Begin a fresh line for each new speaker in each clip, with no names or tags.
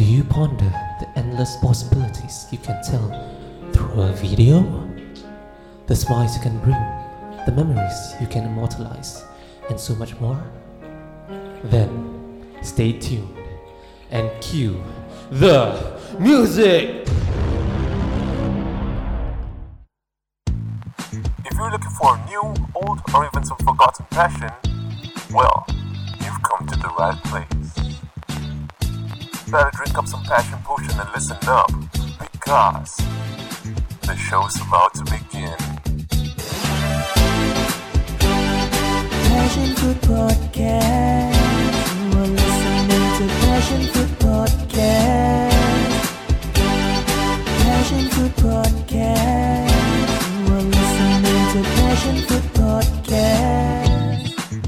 you ponder the endless possibilities you can tell through a video? The smiles you can bring, the memories you can immortalize, and so much more? Then stay tuned and cue the music!
If you're looking for a new, old, or even some forgotten passion, well, you've come to the right place. Better drink up some passion potion and listen up, because the show's about to begin.
Passion Fruit Podcast. You are listening to Passion Fruit Podcast. Passion Fruit Podcast. You are listening to Passion Fruit Podcast.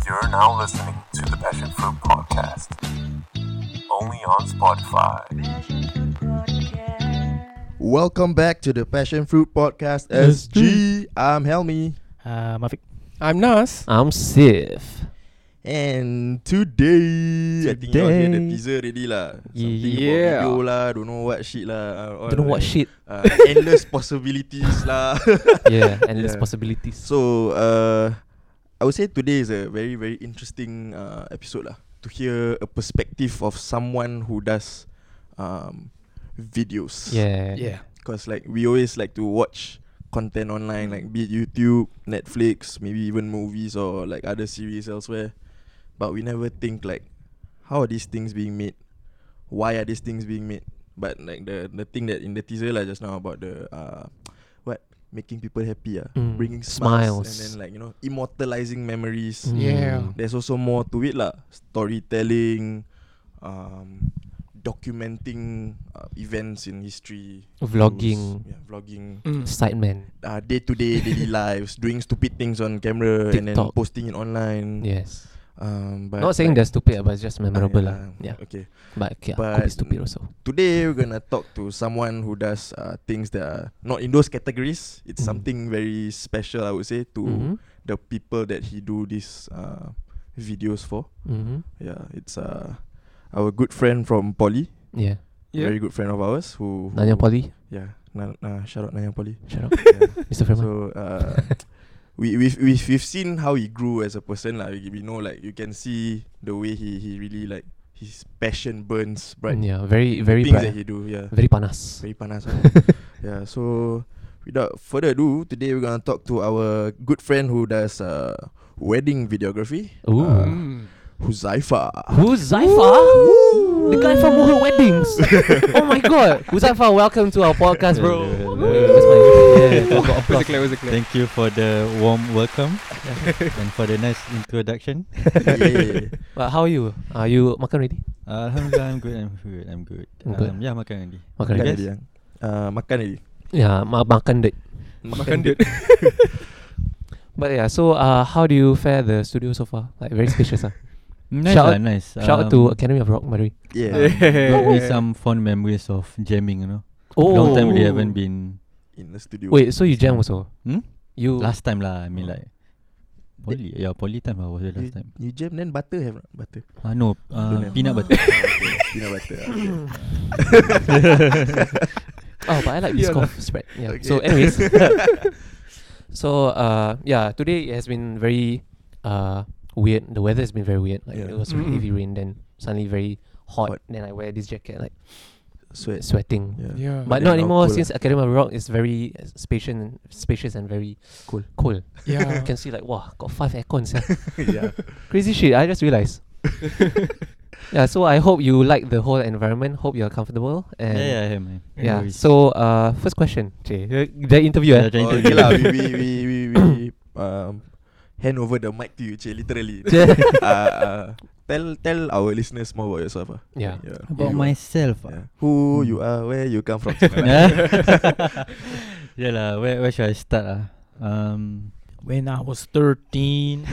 You're now listening to the Passion Fruit Podcast, only on Spotify.
Passion Fruit Podcast.
Welcome back to the Passion Fruit Podcast SG. I'm Helmi.
Uh, Mafik.
I'm Nas.
I'm Sif.
And today, I think you all hear the
Today.
teaser already lah. Something about
Yeah.
video lah, don't know what shit lah. uh, all
Don't know what
like,
shit.
Uh, endless possibilities lah.
Yeah, endless
Yeah.
possibilities.
so, uh, I would say today is a very, very interesting uh, episode lah. To hear a perspective of someone who does um, videos.
Yeah.
Cause like we always like to watch content online, like be it YouTube, Netflix, maybe even movies or like other series elsewhere. But we never think like how are these things being made? Why are these things being made? But like the the thing that in the teaser like just now about the uh what making people happy ah,
Mm,
bringing
smiles.
smiles, and then like you know immortalizing memories.
Mm.
Yeah.
There's also more to it lah, storytelling, um, documenting uh, events in history,
Vlogging.
yeah, vlogging,
Mm. Sidemen.
uh, day-to-day daily lives, doing stupid things on camera and then
TikTok.
posting it online.
Yes.
Um, but
Not saying they're
like-
stupid, but it's just
Ah,
memorable.
yeah,
lah. yeah.
Okay.
But okay, could be
But-
stupid also.
Today we're gonna talk to someone who does uh, things that are not in those categories. It's
Mhm.
something very special, I would say, to
Mm-hmm.
the people that he do these uh, videos for.
Mm-hmm.
Yeah, it's uh, our good friend from Poly,
Yeah.
Yeah.
very good friend of ours who, who
Nanya Polly.
Yeah, na, na, shout out Nanya Poly.
Shut up.
Yeah.
Mr. Freeman.
so uh, we we've, we've we've seen how he grew as a person like we, we know like you can see the way he he really like his passion burns bright.
Yeah, very, very
Things
bright.
that he do, yeah.
Very panas.
Very panas. ah. yeah, so without further ado, today we're gonna talk to our good friend who does uh, wedding videography.
Ooh.
Uh, Huzaifa.
Mm. Who's Zaifa? The guy from Muhur Weddings. oh my god. Who's Zaifa? Welcome to our podcast, bro. Where's my- yeah, got applause.
Thank you for the warm welcome and for the nice introduction.
Yeah.
But how are you? Are you makan ready?
Uh, Alhamdulillah, I'm good. I'm good. I'm good.
I'm good.
Um, yeah, makan Andy.
Makan
Makan
ready?
already, ah. Uh, makan already.
Yeah, ma- makan date.
Makan duit.
But yeah, so uh, how do you fare the studio so far? Like very spacious. ah.
Nice,
Shout
lah,
out-
nice. Um,
Shout out to Academy of Rock, by the way.
Yeah.
Brought me some fond memories of jamming. You know,
Oh,
long time we haven't been.
In the studio.
Wait, so you jam also?
Hmm?
You
Last time lah. I mean like.
Th-
Poly, yeah, poly time lah was the
You,
last time.
you jam then butter have or not? butter.
Ah no,
Don't
uh,
have.
peanut butter.
Peanut butter. ah, okay.
Oh, but I like biscoff spread. Yeah. So,
Okay.
anyways, so uh, yeah, today it has been very uh weird. The weather has been very weird. Like
Yeah.
it was really
Mm.
heavy rain, then suddenly very hot.
Hot.
Then I wear this jacket, like
Sweat.
sweating.
Yeah.
Yeah.
But not
Then now
anymore
cool
since Academy of Rock is very uh, spacious and spacious and very
Cool.
Cool.
yeah.
You can see like wow, got five aircons. yeah.
yeah.
Crazy shit. I just realized. yeah. So I hope you like the whole environment. Hope you're comfortable.
yeah,
And
yeah, I have man. No
Yeah.
worries.
So, uh, first question, Jay. The- The interview.
Yeah,
Eh?
the
Oh,
interview.
okay lah, we we we we, we um, hand over the mic to you, Che, literally.
Yeah.
uh, uh, tell tell our listeners more about yourself. ah.
Yeah.
about
You-
myself. ah.
yeah. Who
Hmm.
you are, where you come from.
yeah lah. Where where should I start ah? Um,
When I was 13.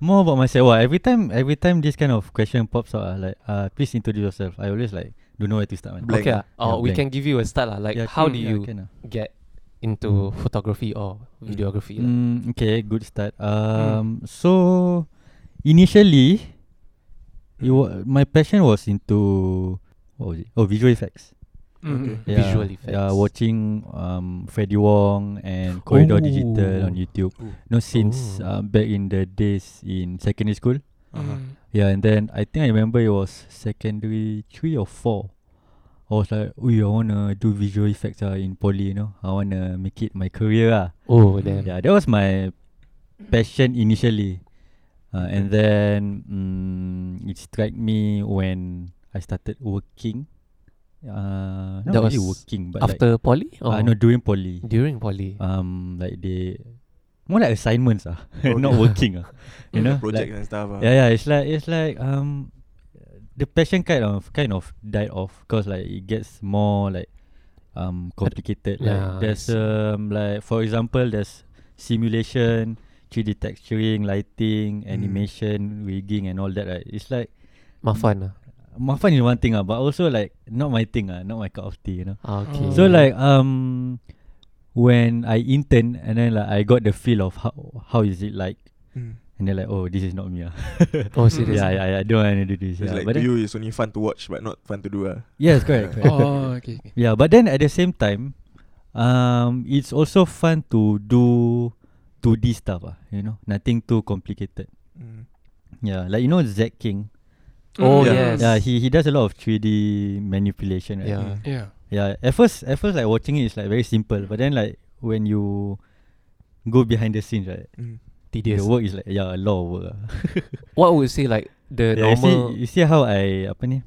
More about myself. Well, every time, every time this kind of question pops out, ah, like, uh, please introduce yourself. I always like don't know where to start. Man.
Blank.
Okay. ah.
Yeah,
Or we
blank.
can give you a start lah. Like,
Yeah,
how
mm,
do
yeah,
you
can, ah.
get into
Hmm.
photography or videography? Like?
Mm, okay, good start. Um, so initially, it wa- my passion was into What was it? Oh, visual effects.
Mm-hmm.
Mm.
Okay.
Yeah,
Visual
Yeah,
effects.
watching um Freddy Wong and Corridor Digital on
Ooh.
YouTube.
Ooh.
No, since uh, back in the days in secondary school.
Mm-hmm.
Uh-huh.
Mm.
Yeah, and then I think I remember it was secondary three or four. I was like, "Ooh, I wanna do visual effects uh, in poly, you know. I wanna make it my career ah."
Oh damn.
Yeah, that was my passion initially. Uh, and then mm, it struck me when I started working. Uh, not
That
really
was
working, but
After poly?
like,
Or
uh, no, during poly.
during poly.
Um, like they more like assignments ah, not
Okay.
working ah, you know.
projects
Like,
and stuff. ah.
yeah, yeah. It's like it's like um, the passion kind of kind of died off because like it gets more like um complicated.
yeah, I
like there's
see.
um like for example there's simulation, 3D texturing, lighting,
Hmm.
Mm.
animation, rigging, and all that. Right? It's like
Mafan. ah.
Mafan is one thing, ah, but also like not my thing, ah, not my cup of tea, you know.
Ah, Okay.
Mm.
So like um when I intern and then like I got the feel of how how is it like
Mm.
and they're like oh this is not me ah.
Oh serious.
yeah, yeah, yeah, I don't want to do this.
It's
Yeah.
like
but
to
then,
you, it's only fun to watch, but not fun to do. ah.
yes, correct, correct.
oh, okay. okay.
Yeah, but then at the same time, um, it's also fun to do 2D stuff, ah, you know, nothing too complicated.
Mm.
Yeah, like you know Zack King.
Oh
Yeah.
yes.
Yeah, he he does a lot of 3D manipulation. Right?
Yeah.
Yeah.
Yeah. At first, at first, like watching it is like very simple, but then like when you go behind the scenes, right,
Mm.
Tedious.
the work is like yeah a lot of work. ah.
What would you say like the
Yeah, you see,
normal?
you see how I apa ni?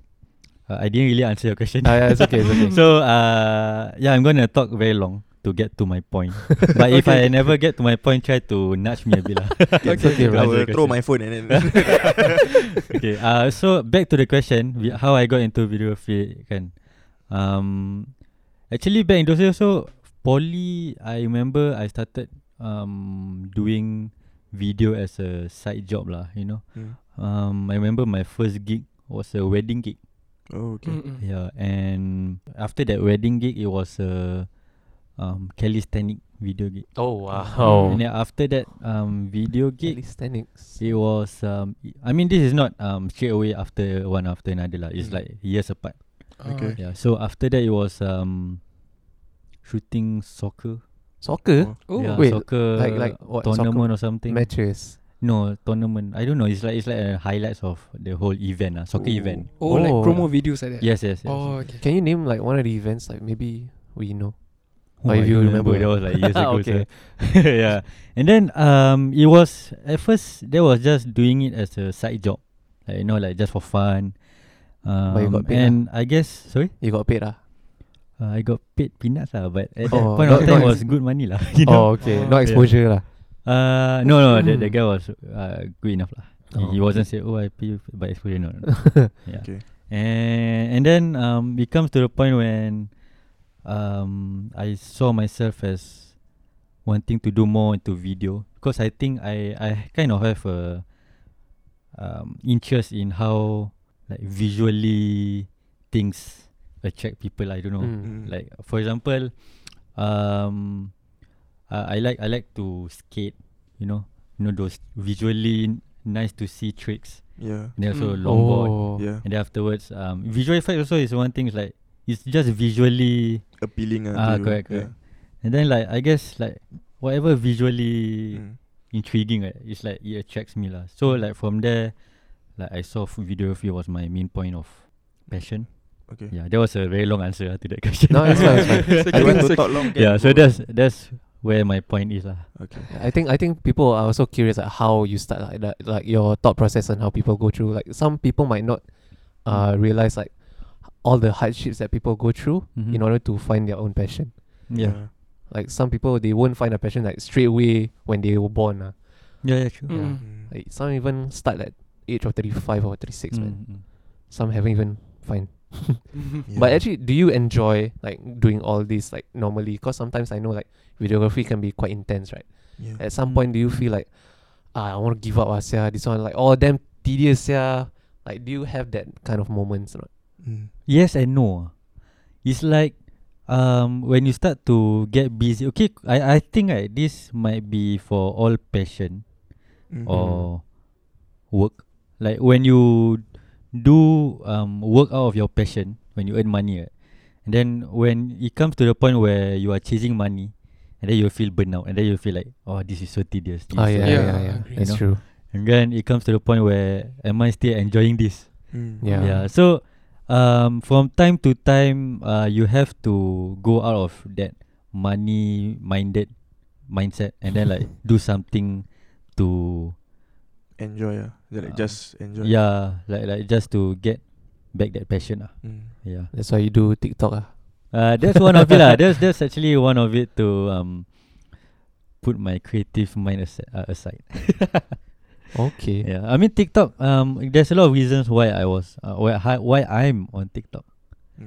Uh, I didn't really answer your question.
Ah, yeah, it's okay, it's okay.
so uh, yeah, I'm gonna talk very long to get to my point. but if I never get to my point, try to nudge me a bit lah.
It's okay,
I
right?
will
Answer
throw
question.
my phone and then.
okay. Uh, so back to the question, we- how I got into videography kan. Um, actually back in those days also poly, I remember I started um doing video as a side job lah. You know,
Mm.
um, I remember my first gig was a wedding gig.
Oh, okay.
Mm-hmm.
Mm-mm.
Yeah, and after that wedding gig, it was a um, calisthenic video gig.
Oh wow.
And then after that um, video gig,
Calisthenics.
it was um, i- I mean this is not um straight away after one after another lah. It's
Mm.
like years apart.
Oh,
Okay.
Yeah. So after that, it was um shooting soccer.
Soccer.
Oh.
yeah,
Wait,
soccer
like like what?
tournament
Soccer
or something.
matches.
No tournament. I don't know. It's like it's like a highlights of the whole event. Ah, soccer
Ooh.
event.
Oh, like
Oh.
promo videos like that.
Yes, yes, yes.
Oh, okay.
Can you name like one of the events like maybe we know?
Oh,
Or if
I
you
don't
remember.
that was like years ago.
Okay.
so. yeah, and then um, it was at first that was just doing it as a side job, like, you know, like just for fun. Um,
you got paid lah.
and I guess sorry,
You got paid ah?
uh, I got paid peanuts lah, but at that
Oh,
point
not-
of time
not-
was good money lah. You
Oh
know?
okay.
Oh,
no
yeah.
exposure lah.
Uh, no, no, the, the guy was uh, good enough lah.
Hmm. Oh,
He, he wasn't say, oh, I pay you by exposure, no. no. yeah.
Okay.
And and then um, it comes to the point when um, I saw myself as wanting to do more into video because I think I I kind of have a um, interest in how like visually things attract people. I don't know.
Mm.
Mm.
Like for example, um, uh, I like I like to skate. You know, you know those visually n- nice to see tricks.
Yeah.
And then also
Mm.
longboard.
Oh.
Yeah.
And then afterwards, um, visual effect also is one thing. It's like it's just visually,
Appealing. uh,
Ah,
to you.
correct, correct. and then like I guess like whatever
Yeah.
visually
Mm.
intriguing, right, it's like it attracts me lah. So like from there, like I saw f- videography was my main point of passion.
Okay.
Yeah, that was a very long answer ah to that question.
No, it's fine, it's fine.
I want to talk long.
yeah,
can
so
go.
that's that's where my point is lah.
Okay.
I think I think people are also curious like how you start like that, like your thought process and how people go through. Like some people might not uh realize like all the hardships that people go through
Mhm.
in order to find their own passion.
Yeah,
Like some people they won't find a passion like straight away when they were born. Uh.
yeah, yeah, true.
Mm.
Mm.
Like some even start at age of thirty five or thirty six, man.
Mm, mm.
Some haven't even find.
Mm.
Yeah.
But actually, do you enjoy like doing all this like normally? Because sometimes I know like videography can be quite intense, right?
Yeah.
At some
Mm.
point, do you feel like ah, I want to give up, ah, sia, this one like all damn tedious, sia. Like, do you have that kind of moments? Or not?
Mm.
Yes and no. It's like um when you start to get busy. Okay, I I think right, this might be for all passion
Mm-hmm.
Mm.
or work. Like when you do um work out of your passion, when you earn money, right? and then when it comes to the point where you are chasing money, and then you feel burnout, and then you feel like, oh, this is so tedious. this
Oh
is so
yeah, yeah,
Yeah,
yeah.
I
yeah.
agree.
That's
You know?
true.
And then it comes to the point where am I still enjoying this?
Mm.
Yeah.
yeah. So um from time to time uh you have to go out of that money minded mindset and then like do something to
Enjoy, yeah. Is it Like
Uh,
just enjoy.
yeah, like like just to get back that passion ah.
Mm.
Yeah.
That's why you do TikTok ah.
Uh that's one of it lah. That's that's actually one of it to um put my creative mind aside, uh, aside.
Okay.
Yeah, I mean TikTok. Um, there's a lot of reasons why I was, uh, why hi, why I'm on TikTok.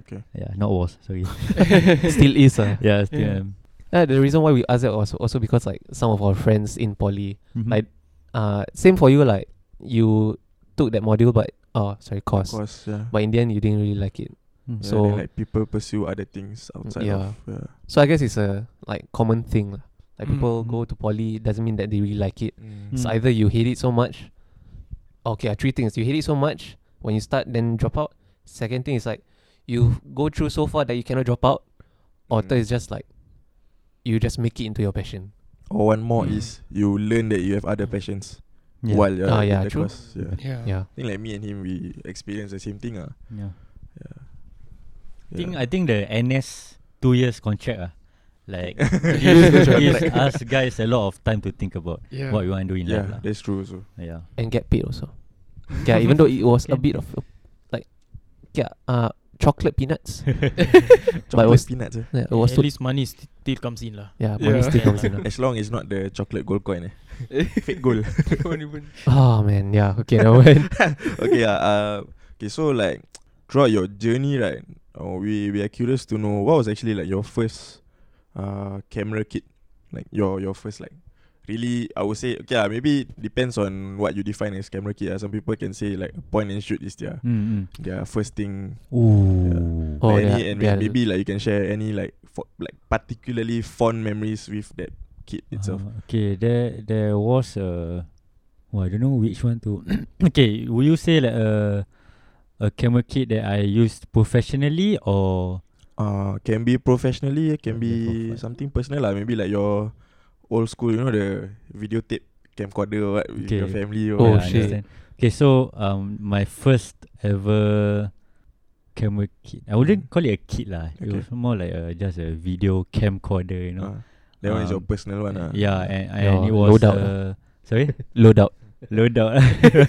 Okay.
Yeah, not was. Sorry.
Still is ah.
yeah, um, still
Yeah.
am.
Uh, the reason why we asked that was also because like some of our friends in poly,
Mhm.
Like, uh, same for you like you took that module but oh sorry course,
Of course, yeah.
but in the end you didn't really like it.
Mm.
Yeah,
so-
then, like people pursue other things outside
yeah.
of yeah.
So I guess it's a like common thing. lah. Like people
Mm.
go to poly doesn't mean that they really like it. It's
Mm.
either you hate it so much. Okay, uh, three things. You hate it so much when you start, then drop out. Second thing is like you go through so far that you cannot drop out. Or third is just like you just make it into your passion.
Or one more
Mm.
is you learn that you have other passions
yeah.
while you're
Ah,
in
yeah,
the
true.
course. Yeah.
yeah.
Yeah.
I think like me and him we experience the same thing. Ah.
yeah.
Yeah.
I think
Yeah.
I think the NS two years contract ah, like
Years
gives, gives us guys a lot of time to think about
Yeah.
what we want to do in
yeah,
life lah.
that's true also.
Yeah.
And get paid also. yeah, even though it was a
Get
bit of a- like yeah, uh chocolate peanuts.
Chocolate
was-
peanuts. eh.
yeah, it was
At
so,
least money st- still comes in lah.
yeah, money
Yeah.
still comes in. ah.
As long as not the chocolate gold coin eh. Fake gold.
Don't even-
Oh man, yeah. Okay, never mind.
okay, yeah. Uh, okay, so like throughout your journey, right? Uh, we we are curious to know what was actually like your first uh camera kit, like your your first like really I would say okay uh, maybe depends on what you define as camera kit. Uh, some people can say like point and shoot is their
Mm-hmm.
their first thing.
Ooh.
Oh,
like, any,
yeah,
and
yeah.
maybe like you can share any like fo- like particularly fond memories with that kit itself.
Uh, okay, there there was a well, I don't know which one to. okay, would you say like a a camera kit that I used professionally or
Uh, can be professionally, it can
Can be
be
profi-
something personal lah. Maybe like your old school, you know the videotape camcorder or what with your
Okay.
family. Or
Oh,
Yeah, I
shit.
understand. Okay, so um my first ever camera kit. I wouldn't call it a kit lah. It
Okay.
was more like a, just a video camcorder, you
Ah,
know.
that one is your
Um,
personal one. ah.
yeah, and,
Yeah,
and it was
Uh, loadout
uh, sorry.
Load out.
Load out.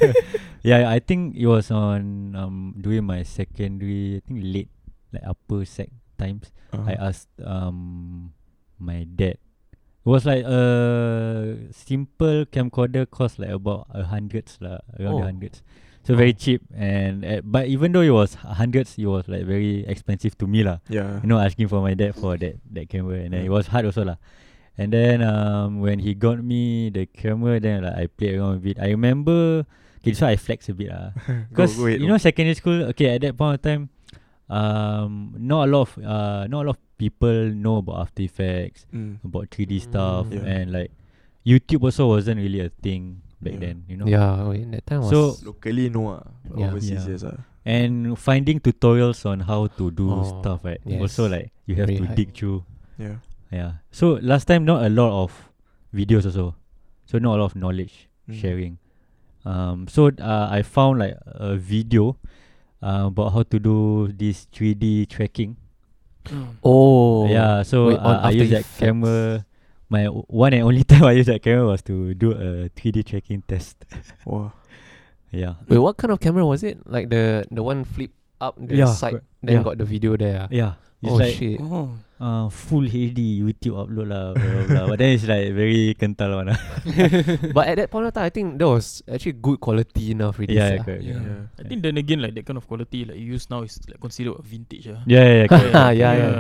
yeah, I think it was on um during my secondary, I think late like upper sec times.
Ah,
Uh-huh.
I uh, asked um my dad. It was like a simple camcorder cost like about a hundreds lah, around
Oh.
the hundreds. So very cheap and uh, but even though it was hundreds, it was like very expensive to me lah
yeah.
you know asking for my dad for that that camera and then it was hard also lah and then um when he got me the camera then like I played around with it I remember okay so I flex a bit lah because
go ahead,
you know secondary school okay at that point of time um not a lot of uh not a lot of people know about After Effects
Mm.
about 3D stuff
Yeah.
and like YouTube also wasn't really a thing back
Yeah.
then you know
Yeah, wait, that time was
So-
Locally, no. ah, but
Yeah.
Overseas,
Yeah.
yes. ah.
and finding tutorials on how to do
Oh,
stuff right
yes.
also like you have
Very
to
hard.
dig through
Yeah.
Yeah. So last time not a lot of videos also. So not a lot of knowledge
Hmm.
Mm.
sharing. Um so uh, I found like a video uh, about how to do this 3D tracking.
Mm.
Oh
yeah, so
wait, on
uh, I
After
use that
Effects.
camera my o- one and only time I used that camera was to do a 3D tracking test.
Wow.
yeah.
Wait, what kind of camera was it? Like the the one flip up the
Yeah,
side,
correct.
then
Yeah.
got the video there. ah?
Yeah. It's
Oh
like
shit!
Oh.
uh, full HD YouTube upload lah blah, blah, blah. but then it's like very kental one. ah.
But at that point of time, I think that was actually good quality enough. Really,
yeah, yeah, correct.
Yeah.
Yeah,
Yeah.
I think then again like that kind of quality like you use now is like considered a vintage ah.
yeah, yeah, correct.
Ah, yeah, yeah.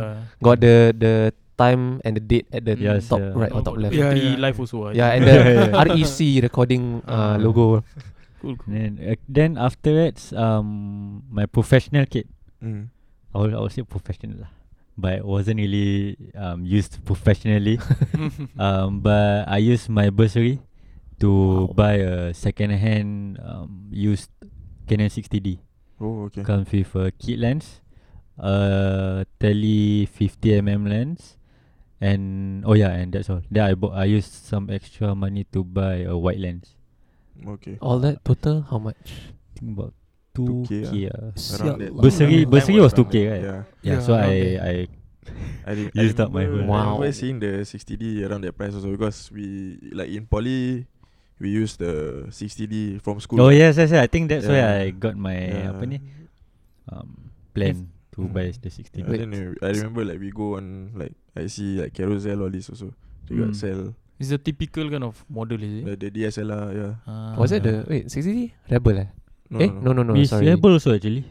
got the the time and the date at the
Yes,
top
yeah.
right or
Oh,
top
got
left. Yeah,
battery
Yeah, yeah.
life also. ah,
and
Yeah,
the
yeah, yeah.
REC recording uh,
Ah.
logo.
cool, cool.
Then, uh, then afterwards, um, my professional kit.
Mm.
I would, I would say professional lah, but it wasn't really um used professionally. um, but I used my bursary to
Wow.
buy a second-hand um used Canon 60D.
Oh, okay.
Comes with a kit lens, a Tele 50mm lens, and oh yeah, and that's all. Then I bought. I used some extra money to buy a wide lens.
Okay.
All that total, how much?
think about 2K,
2K ah.
ah.
Around that.
Bursary-
Mine
bursary was
around
2K,
that,
right?
Yeah.
Yeah,
Yeah,
so
around
I,
there.
I
I re-
Used
I
up my
remember-
whole-
I remember
Wow.
seeing the 60D around that price also because we like in poly we used the 60D from school.
Oh yes, yes, yes. I think that's why
Yeah.
I got my Eh, apa ni um, plan to
Mm.
buy the
Yeah,
60.
Wait.
then we, I remember like we go on like I see like Carousel all this also. They
Mm.
got sell
It's a typical kind of model, is
the,
it?
the DSLR, yeah.
Ah.
Uh, Was it
yeah.
the wait sixty rebel? Eh?
No,
eh? No, no, no.
It's
sorry.
Rebel also actually,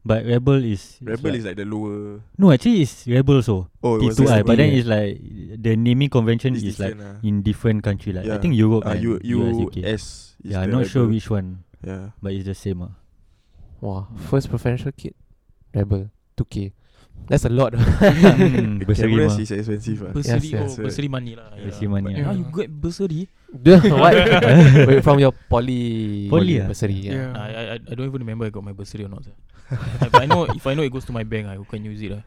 but Rebel is
Rebel is like the lower.
no actually it's Rebel so
Oh, it was
T2i, but then
yeah.
it's like the naming convention
It's
is like
different, ah.
in different country like
Yeah.
I think Europe
Ah,
and
U-
US, UK.
US. is
yeah, I'm
the
not sure
Rebel.
which one,
Yeah.
but it's the same ah.
Wow, first preferential kit, rebel two K. That's a lot.
Hmm, Bursary
Cameras
mah.
is expensive. ah.
Yes,
Bursary, yes,
yes.
oh, bursary money lah.
Bursary
yeah.
money,
But
ah.
How you get bursary?
what? wait, from your poly
Poly, ah?
bursary, yeah.
Nah, I, I, I don't even remember I got my bursary or not. sia. I, I know if I know it goes to my bank, I can use it lah.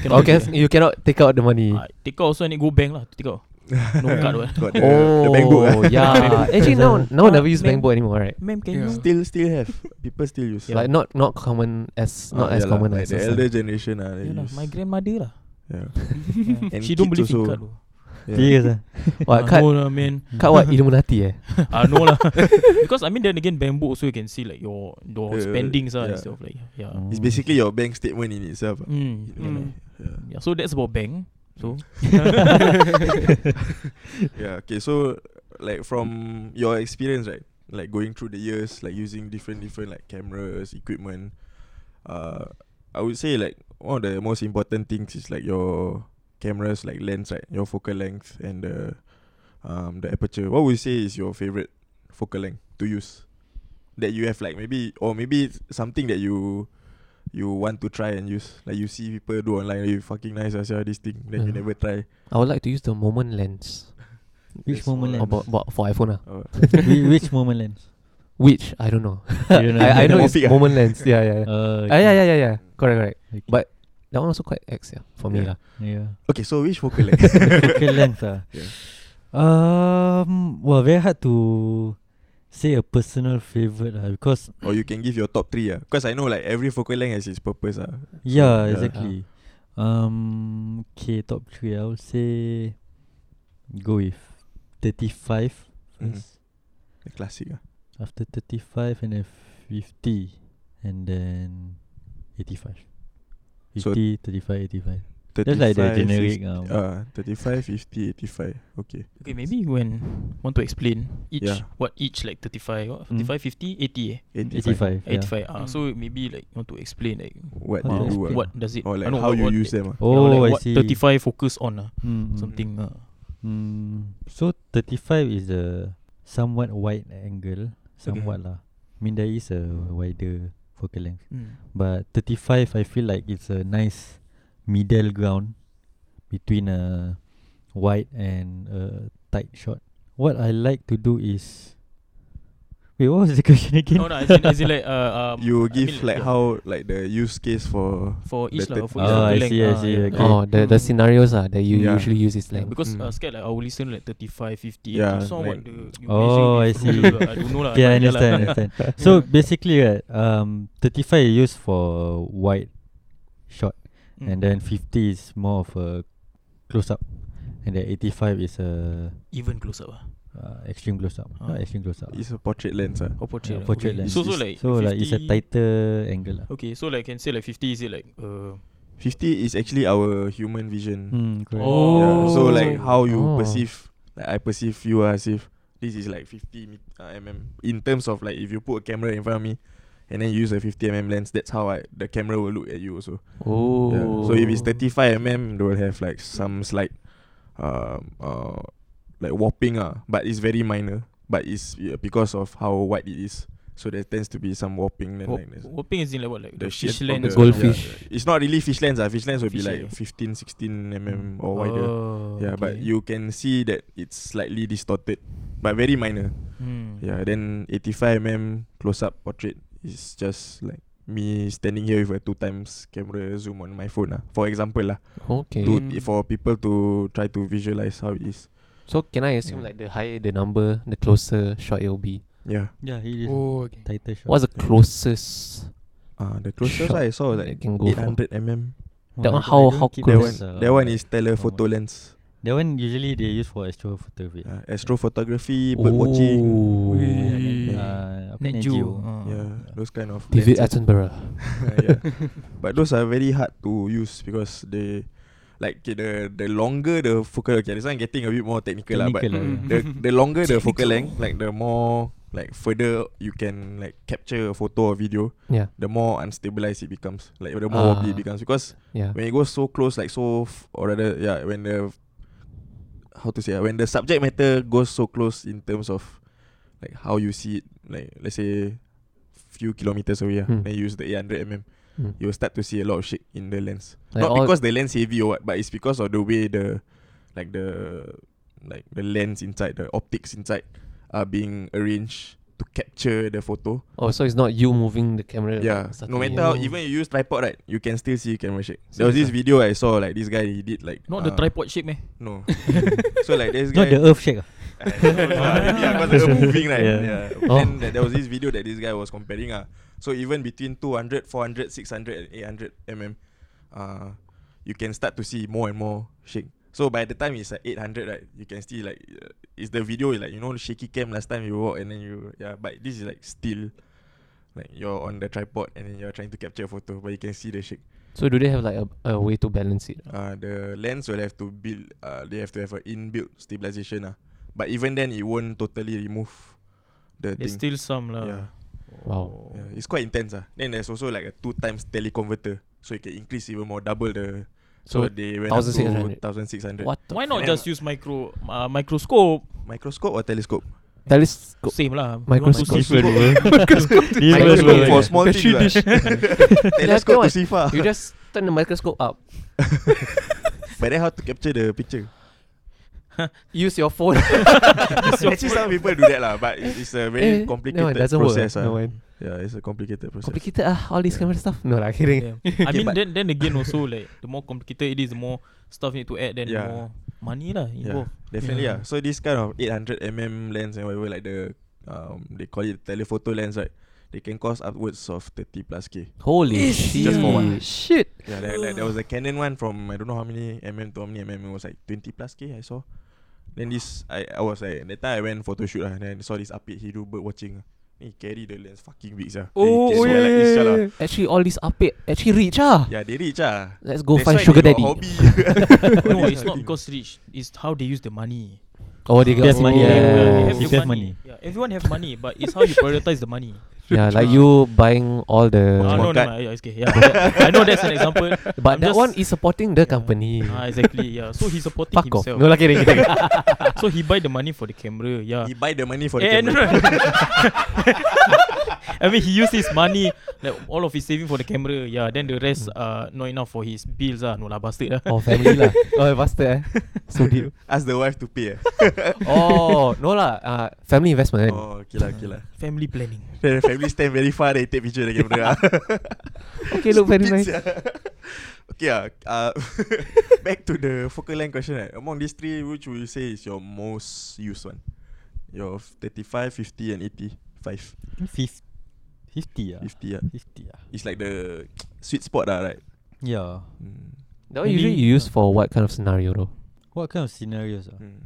Cannot
Okay,
use it,
you cannot take out the money.
Eh.
ah. Ah, take out also I need go bank lah to take out. No card what.
Got the, the bank book. ah.
Oh, yeah. Actually, no, no,
Ah,
never use bank
bank-
book anymore, right?
Ma'am, can Yeah. you?
Still, still have. People still use.
Like not not common as not
Ah,
as
yeah lah,
common
like
as
the
us,
elder
ah.
generation. Ah, they
Yeah lah,
use.
my grandmother lah.
Yeah.
Yeah.
And
She don't
kids
believe in
also.
card. though.
Serious ah.
What
Ah,
cut
No lah, man.
cut what Illuminati eh?
Ah no lah. Because I mean then again, bank book also you can see like your
Yeah,
your spendings ah
yeah.
instead of like yeah.
ah?
It's basically your bank statement in itself. ah.
Mm. Mm.
Yeah.
Yeah, so that's about bank. So
yeah. Okay. So, like from your experience, right? Like going through the years, like using different different like cameras, equipment. Uh, I would say like one of the most important things is like your cameras, like lens, right? Your focal length and the um the aperture. What would you say is your favorite focal length to use? That you have like maybe or maybe it's something that you you want to try and use. Like you see people do online, you fucking nice as this thing, then you
Yeah.
never try.
I would like to use the moment lens.
Which
That's all
moment
lah.
Oh,
lens?
but, but for iPhone ah.
Oh.
Whi- Which moment lens?
Which I don't know.
You don't know.
I, I know it's
Anamorphic ah. Oh,
moment lens. Yeah, yeah, yeah.
Uh,
Ah, yeah, yeah, yeah, yeah. Correct, correct.
Okay.
But that one also quite X, yeah, for me lah.
Yeah.
yeah.
Okay, so which focal length?
focal length ah.
Yeah.
Um, well, very hard to say a personal favorite lah because
or you can give your top three, ah. Because I know like every focal length has its purpose, ah.
yeah,
yeah.
exactly. Um, okay, top three. I would say go with thirty-five
Mhm.
first.
The classic, ah.
After thirty-five and then fifty, and then eighty-five.
So-
50, 35, 85 That's like the
35,
generic
60,
um,
Ah, 35, 50, 85. Okay.
okay, maybe when want to explain each
Yeah.
what each like 35, what,
Mm.
55, 50, 80 eh.
85.
85 yeah.
85 ah. So maybe like want to explain like
What
Wow.
they do, ah.
what does it
Or like
Oh, I know
how
what-
you
what
use
they-
them, ah.
you know,
Oh,
like
I
what
see
35 focus on ah,
Mm, mm.
something ah.
Mm, so 35 is a somewhat wide angle, somewhat lah. I mean there is a wider focal length,
Mm.
but 35 I feel like it's a nice middle ground between a wide and a tight shot. What I like to do is Wait, what was the question again?
No, no, as in, as in like uh, um,
You
I
give
mean,
like
yeah,
how like the use case for
for each
better-
lah for
Ah,
each
I
length,
see, I
ah,
see,
yeah.
okay.
Oh, the the scenarios ah that you
Yeah.
usually use is
Yeah,
like
because
Mm.
uh, scared like our listener like 35, 50
Oh. Yeah,
so
like-
what the, you
Oh, I see.
measuring with focal, I don't know lah
yeah, I
but
understand,
lah.
understand. So basically, right, um, 35 is used for wide shot,
Mm.
and then 50 is more of a close up, and then 85 is a
even closer ah.
uh, extreme close up,
Ah.
not extreme close up.
it's a portrait lens, ah.
Or portrait,
Yeah,
ah.
portrait
okay.
lens.
So so like
so like it's a
50
tighter angle lah.
Okay, so like can say like 50 is it like uh
50 is actually our human vision.
Hmm, correct.
Oh.
Yeah, so like how you
Oh.
perceive, like I perceive you as if this is like 50 met- uh, mm in terms of like if you put a camera in front of me, and then you use a 50 mm lens, that's how I the camera will look at you also.
oh
Yeah. So if it's 35 mm, they will have like some slight, um, uh, like warping ah, but it's very minor. But it's yeah, because of how wide it is, so there tends to be some warping. Then
wop-
like this.
whopping is in like what like the,
The
fish
shape of
lens
the-
or
goldfish.
something?
It's not really fish lens. Ah, fish lens will
Fish
be like
lens.
15, 16 mm or wider.
Oh,
Yeah, but
okay.
you can see that it's slightly distorted, but very minor.
Hmm.
Yeah, then 85 mm close up portrait is just like me standing here with a two times camera zoom on my phone lah. For example lah,
Okay.
to,
Mm.
for people to try to visualize how it is.
So can I assume
Yeah.
like the higher the number, the closer shot it'll be?
Yeah.
Yeah, he is
Oh, okay.
tighter shot.
What's the closest?
Uh, the closest
Shot
I saw was
that
like
can go for.
800 mm.
Oh,
that
I
one
don't-
how-
I don't
how
keep
That
Close.
one,
those, uh,
that one is telephoto
format.
lens,
That one usually they use for astrophoto.
Ah,
uh, astrophotography, bird watching.
Ooh.
Wee.
Uh, apa,
Nat
Nat
Geo.
Geo.
Ah.
Yeah, those kind of
David
lenses.
Attenborough.
yeah. But those are very hard to use because they like okay, the the longer the focal okay, this one getting a bit more technical, lah, but
Technical lah, yeah.
Mm.
the the longer the focal length, like the more like further you can like capture a photo or video,
Yeah,
the more unstabilized it becomes. Like the more wobbly
Ah.
it becomes because
yeah.
when it goes so close, like so f- or rather yeah, when the how to say ah, when the subject matter goes so close in terms of like how you see it, like let's say few kilometers away, ah,
Hmm.
then you use the 800 mm
Mm.
you will start to see a lot of shit in the lens.
Like
Not
all-
because the lens heavy or what, but it's because of the way the like the like the lens inside, the optics inside are being arranged to capture the photo.
Oh, so it's not you moving the camera. like,
yeah. No
subtly.
matter how even you use tripod right, you can still see camera shake. There was
Serious
this
ah?
video I saw like this guy he did like
Not the
uh,
tripod shape eh.
No. so like this guy
Not the earth shake. ah?
yeah, because they were moving right.
Yeah.
Yeah.
Oh.
Then there- there was this video that this guy was comparing ah. So even between 200, 400, 600 and 800 mm, uh, you can start to see more and more shake. So by the time it's like 800 right, you can see like uh, it's the video like you know shaky cam last time you walk and then you yeah, but this is like still like you're on the tripod and then you're trying to capture a photo, but you can see the shake.
So do they have like a, a way to balance it?
Uh, the lens will have to build. Uh, they have to have an inbuilt stabilization. Ah, but even then, it won't totally remove the
There's
thing.
still some
uh,
lah.
yeah,
Wow.
yeah, it's quite intense. Ah, then there's also like a two times teleconverter, so you can increase even more, double the. So,
So
they went up to
1600.
thousand six hundred.
what? The
Why not
Yeah.
just use micro uh, microscope?
Microscope or telescope?
telescope?
Same lah. You want to
Microscope.
see-
Different world. Different
Microscope
world.
for small
Petri
things.
dish.
ah. telescope to see far.
you just turn the microscope up.
But then how to capture the picture?
Use your phone.
Actually, some people do that lah, but it's, it's a very
Eh,
complicated
no, it doesn't
process.
Work.
ah.
No, it-
yeah, it's a complicated process.
complicated ah, all these camera stuff. No, lah, kidding.
Yeah. I mean
but-
then then again also like the more complicated it is, the more stuff you need to add, then
Yeah.
the more money lah
Yeah,
involved.
definitely.
Yeah.
Yeah. So this kind of 800 mm lens and whatever, like the um, they call it telephoto lens, right? They can cost upwards of 30 plus k.
Holy shit.
Just for one.
Shit.
Yeah, like, like there was a Canon one from I don't know how many mm to how many mm. It was like 20 plus k. I saw. Then this, I, I was like, that time I went photo shoot lah, and then I saw this upbeat he do bird watching. ah. He carry the lens fucking big sah.
Oh,
Then he carry like this, sah lah.
Actually, all these update actually reach ah.
Yeah, they rich ah.
Let's go
That's
find
why they
sugar
got
daddy.
Hobby.
no, it's not because rich. It's how they use the money.
Oh, they got
That's money.
Yeah,
Yeah.
yeah,
If you have money.
Yeah, everyone have money, but it's how you prioritize the money.
like you buying all the.
Ah, no, no,
Smart
no, yeah, it's okay. Yeah, that- I know that's an example.
but
I'm
that
just-
one is supporting the
Yeah.
company.
Ah, exactly. Yeah. So he's supporting
Fuck off.
himself.
No, lah, kidding. kidding.
So he buy the money for the camera. Yeah.
He buy the money for the
Eh,
camera.
no, no. I mean, he used his money, like all of his saving for the camera. Yeah. Then the rest, uh, not enough for his bills. Ah, no lah, bastard. lah.
Hmm. oh, family lah. Oh, bastard eh. So deep.
Ask the wife to pay. eh.
Oh, no lah. Uh, family investment.
oh, okay lah, okay lah.
Family planning.
Then the family stand very far They take picture of the camera
Okay, look very nice.
Stupid sia. Okay ah, uh, Back to the focal length question right? Among these three Which would you say Is your most used one Your 35, 50 and 85
Fif- 50 ah.
50 ah.
50 ah.
It's like the Sweet spot lah right
Yeah.
mm.
That one
Maybe-
usually you use for what kind of scenario though?
What kind of scenarios ah?
Mm.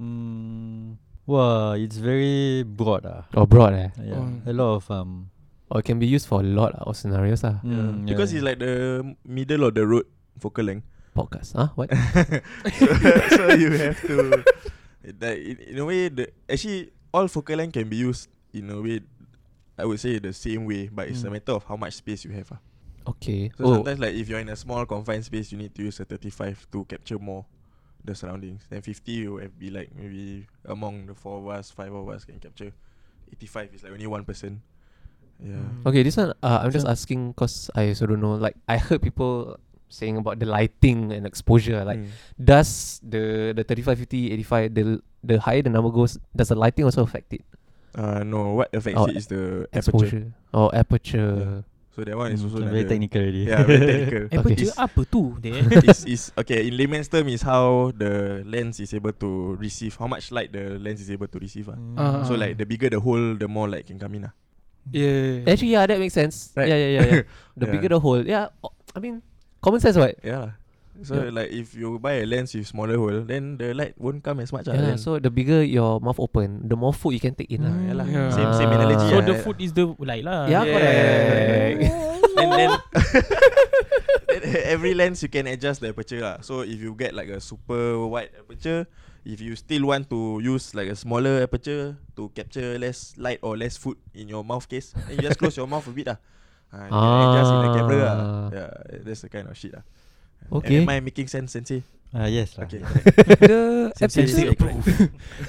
Mm. Wow, it's very broad ah.
Or broad eh?
Yeah.
Oh.
A lot of um
Or it can be used for a lot of scenarios ah.
mm, yeah.
Because it's like the Middle of the road Focal length
Podcast. Huh? ah, What?
so, so you have to like, in, in a way the actually all focal length can be used in a way I would say the same way but it's a
Mm.
matter of how much space you have ah.
Okay.
so
oh,
sometimes like if you're in a small confined space you need to use a 35 to capture more the surroundings then 50 will have be like maybe among the four of us five of us can capture 85 is like only one person yeah
Hmm.
okay. This one, uh, I'm just asking because I also don't know. Like, I heard people saying about the lighting and exposure. Like,
Mm.
does the the 35, 50, 85, the l- the higher the number goes, does the lighting also affect it?
uh, no what affects
Oh,
it is the aperture
Exposure or Oh, aperture.
So that one is
Hmm,
also
very
another-
technical already.
Yeah, very technical.
Apa
Okay.
je
It's-
apa tu dia? eh?
is is okay in layman's term is how the lens is able to receive how much light the lens is able to receive ah.
Ah.
So like the bigger the hole, the more light can come in ah.
yeah.
Actually, yeah, that makes sense.
Right.
Yeah, yeah, yeah. yeah. The
Yeah.
bigger the hole. Yeah, o- I mean, common sense, right?
Yeah. lah. So
Yeah.
like if you buy a lens with smaller hole, then the light won't come as much ah.
Yeah,
then.
so the bigger your mouth open, the more food you can take in.
Ah,
lah.
yeah lah.
Yeah.
Same same analogy.
So
ah.
the food is the light lah.
Yeah, correct.
then then then every lens you can adjust the aperture lah. So if you get like a super wide aperture, if you still want to use like a smaller aperture to capture less light or less food in your mouth case, then you just close your mouth a bit lah. Ah, you can adjust in the camera lah.
Ah.
Yeah, that's the kind of shit lah.
Okay.
Am I making sense, Sensei?
Ah yes lah.
Okay.
the
Sensei
aperture,
still approve.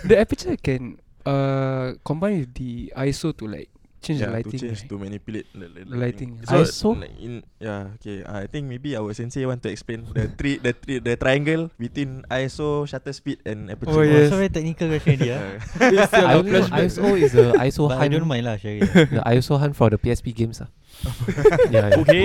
the aperture can uh combine with the ISO to like change the
Yeah, to
lighting.
change
right?
to manipulate the, the
Lighting.
So
ISO?
like in yeah okay. uh, I think maybe our sensei want to explain the three the three the triangle between ISO, shutter speed, and aperture.
Oh, yes.
so very technical question already ah.
Uh,
I only know ISO is the ISO
But I
hunt.
don't mind lah Sherry.
The ISO hunt for the PSP games. Ah. yeah, yeah.
Okay.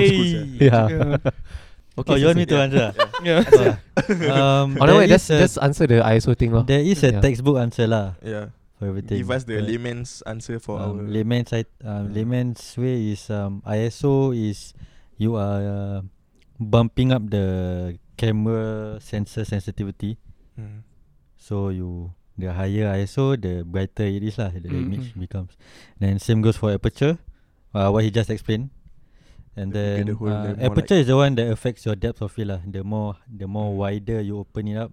Yeah.
oh, you want me to
yeah.
answer?
Yeah.
Yeah. um,
Oh, no,
there
wait, just,
is a,
just answer the ISO thing. lor.
there is a
yeah.
textbook answer lah
yeah.
for everything.
uh, Give us the
but,
layman's answer for
um,
our
layman's I, um,
Mm.
layman's way is um, ISO is you are uh, bumping up the camera sensor sensitivity.
Mm.
So you the higher ISO, the brighter it is lah. The
Mm,
image
mm.
becomes. Then same goes for aperture, uh, what he just explained. And
The bigger
then
the hole,
uh,
the more
aperture is the one that affects your depth of field lah. The more the more wider you open it up,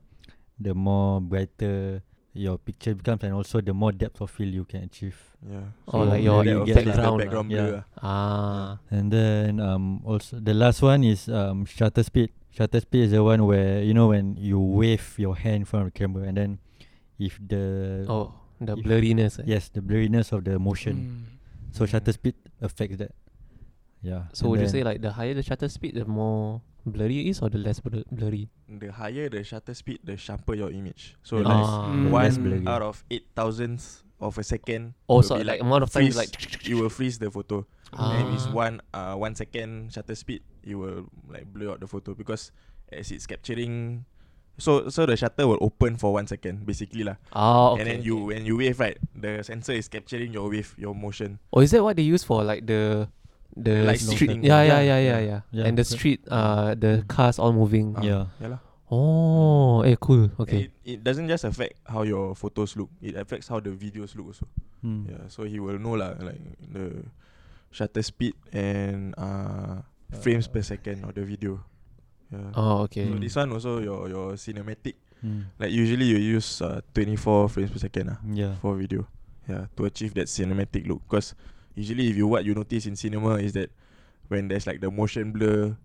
the more brighter your picture becomes, and also the more depth of field you can achieve.
yeah.
Or Oh, like your-
that
your
obviously is the
background lah.
background
Yeah.
blur. ah.
Ah.
And then um also the last one is um shutter speed. Shutter speed is the one where you know when you wave your hand in front of the camera, and then if the
Oh, the
If-
blurriness. eh.
Yes, the blurriness of the
Hmm.
motion. So shutter speed affects that. Yeah.
So would you say like the higher the shutter speed, the more blurry it is, or the less blur- blurry?
The higher the shutter speed, the sharper your image. So
The
like
Ah.
Mm.
one
less
blurry.
out of eight thousandths of a second.
Oh,
will
so
be,
like amount of time is
freeze.
like.
you will freeze the photo. And if it's
Ah.
one uh one second shutter speed, you will like blur out the photo because as it's capturing, so so the shutter will open for one second basically lah.
Ah, okay.
And then you when you wave right, the sensor is capturing your wave, your motion.
Oh, is that what they use for like the the
Light
street?
shooting.
Yeah, yeah, yeah,
Yeah. Mm.
yeah, yeah.
Yeah,
And the
correct.
street, uh, the cars all moving.
Ah,
Yeah.
yeah lah.
Oh, eh, cool.
And
Okay.
It, it doesn't just affect how your photos look; it affects how the videos look also.
Hmm.
Mm.
Yeah, so he will know lah like the shutter speed and uh frames per second of the video. Yeah.
Oh, okay.
So
Mm.
this one also your your cinematic
Mm.
Like usually you use uh, 24 frames per second ah
Yeah.
for video. Yeah, to achieve that cinematic look. Because usually if you what you notice in cinema is that when there's like the motion blur,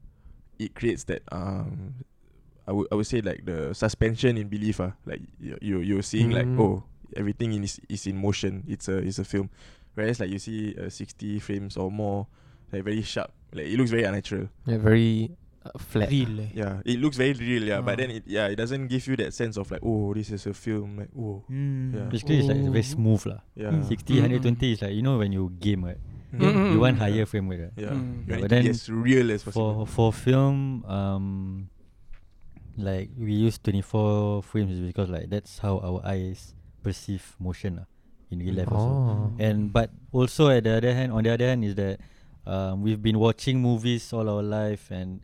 it creates that um I would I would say like the suspension in belief ah. Like you you you're seeing like
Mm.
oh everything in is is in motion. It's a it's a film. Whereas like you see uh, 60 frames or more, like very sharp. Like it looks very unnatural.
Yeah, very uh, flat.
Real. eh.
Yeah, it looks very real. Yeah, but
Ah.
then it yeah it doesn't give you that sense of like oh this is a film like oh
Mm.
Yeah.
Basically, it's like it's very
Oh.
smooth lah.
Yeah.
60,
Hmm.
120 is like you know when you game right,
Mm.
you want higher frame rate. Right?
Yeah.
Mm.
You
But
want it to
then
be as real as
For
possible.
for film, um, like we use 24 frames because like that's how our eyes perceive motion lah in real life also.
Oh.
And but also at the other hand, on the other hand is that um, we've been watching movies all our life, and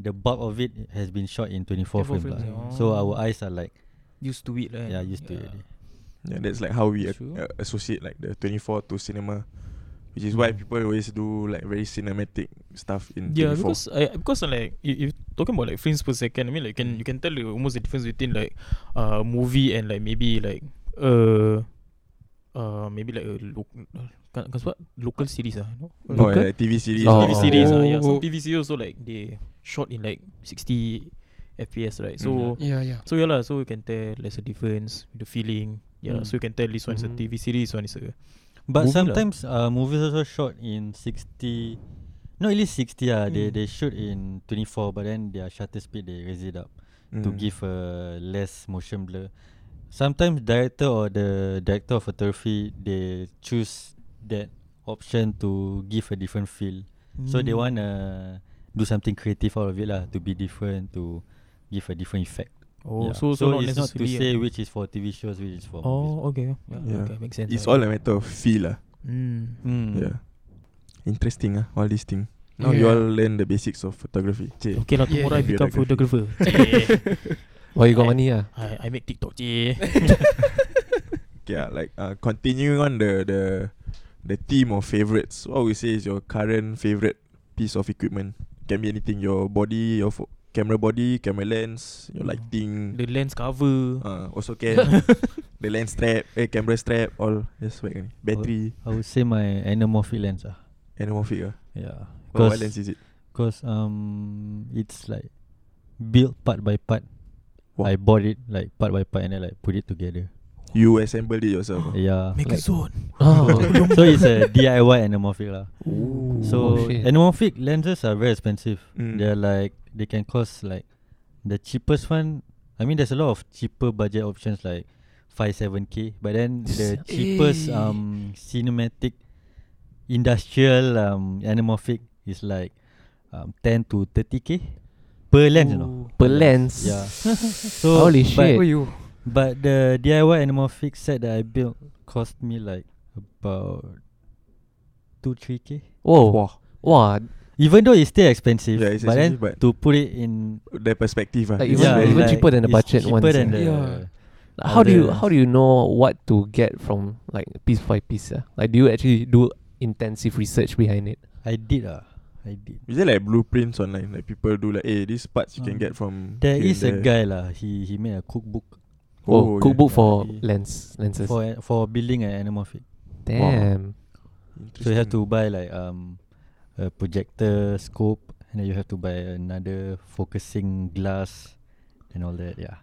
the bulk of it has been shot in 24,
24
frames. lah.
frames,
So
oh.
our eyes are like
Used to it lah.
yeah used to it. already.
Yeah, that's like how we ac-
True.
uh, associate like the 24 to cinema, which is
Mm.
why people always do like very cinematic stuff in
Yeah,
24.
because I because uh, like if, if talking about like frames per second, I mean like can you can tell the, almost the difference between like uh movie and like maybe like uh uh maybe like a look kan kan what local series ah no
no,
Local?
like TV series.
Oh,
TV
oh,
series ah
oh.
yeah some TV series also like they shot in like 60 FPS right so
Mm-hmm.
Yeah, yeah.
so yeah lah so you can tell there's a difference the feeling yeah
Mm.
so you can tell this one is a
Mm-hmm.
Mhm.
TV series one is a
But
Movie lah.
sometimes uh, movies also shot in 60, not at least 60 ah. They
Mm.
they shoot in 24, but then their shutter speed they raise it up to
Mm.
give a less motion blur. Sometimes director or the director of photography they choose that option to give a different feel So
Mm.
they want to do something creative out of it lah to be different to give a different effect.
Oh,
Yeah.
so so, not,
it's not
that's not
to
be
say
a-
which is for TV shows, which is for movies.
Oh, okay. Yeah,
Yeah.
okay, makes sense.
It's
ah.
all a matter of feel lah.
Mm.
Mm.
Yeah. Interesting ah, all these things. Now you
Yeah.
all learn the basics of photography. Cik.
Okay lah,
Yeah,
tomorrow I
yeah.
become photographer.
Why you got
I-
money ah?
Eh, I, I make TikTok je.
Okay, ah, like uh, continuing on the the the theme of favorites. What we say is your current favorite piece of equipment. Can be anything. Your body, your pho- camera body, camera lens, your
Mm.
lighting.
The lens cover.
Uh, also can the lens strap, eh, camera strap, all just whack only. Battery,
I would say my anamorphic lens ah.
anamorphic. Ah.
Yeah.
What, what
Cause-
lens is it?
Because um, it's like built part by part.
Wow.
I bought it like part by part and then like put it together.
You assembled it yourself. ah?
Yeah.
Make
Like-
a zone.
Oh,
Ya. so it's a DIY anamorphic lah.
Ooh.
So
Oh, shit. Hmm.
anamorphic lenses are very expensive.
Mm.
They're like they can cost like the cheapest one. I mean, there's a lot of cheaper budget options like five seven k. But then the cheapest
Eh.
um cinematic industrial um anamorphic is like um ten to thirty k per lens. You know.
per
Yes,
lens.
Yeah. so
Holy
but,
shit.
you?
but the DIY anamorphic set that I built cost me like about two three k.
Whoa.
Wow.
Wow.
Even though it's still expensive,
Yeah, it's
but then
expensive, but-
to put it in
The perspective. ah,
Like,
it's
even-
yeah,
very-
even
like,
cheaper than the
it's
budget
cheaper
ones,
than
eh?
the-
Yeah.
Like, how do you
Other-
how do you know what to get from like piece by piece? ah? Like do you actually do intensive research behind it?
I did ah, I did.
Is there like blueprints online? Like people do like, hey, these parts you can
Um,
get from.
There
here
is a
and there."
guy lah. He he made a cookbook
Oh,
yeah.
cookbook for
Yeah.
lens lenses.
for a- for building an anamorphic.
Damn.
So you have
Interesting.
to buy like um a projector scope, and then you have to buy another focusing glass and all that. Yeah.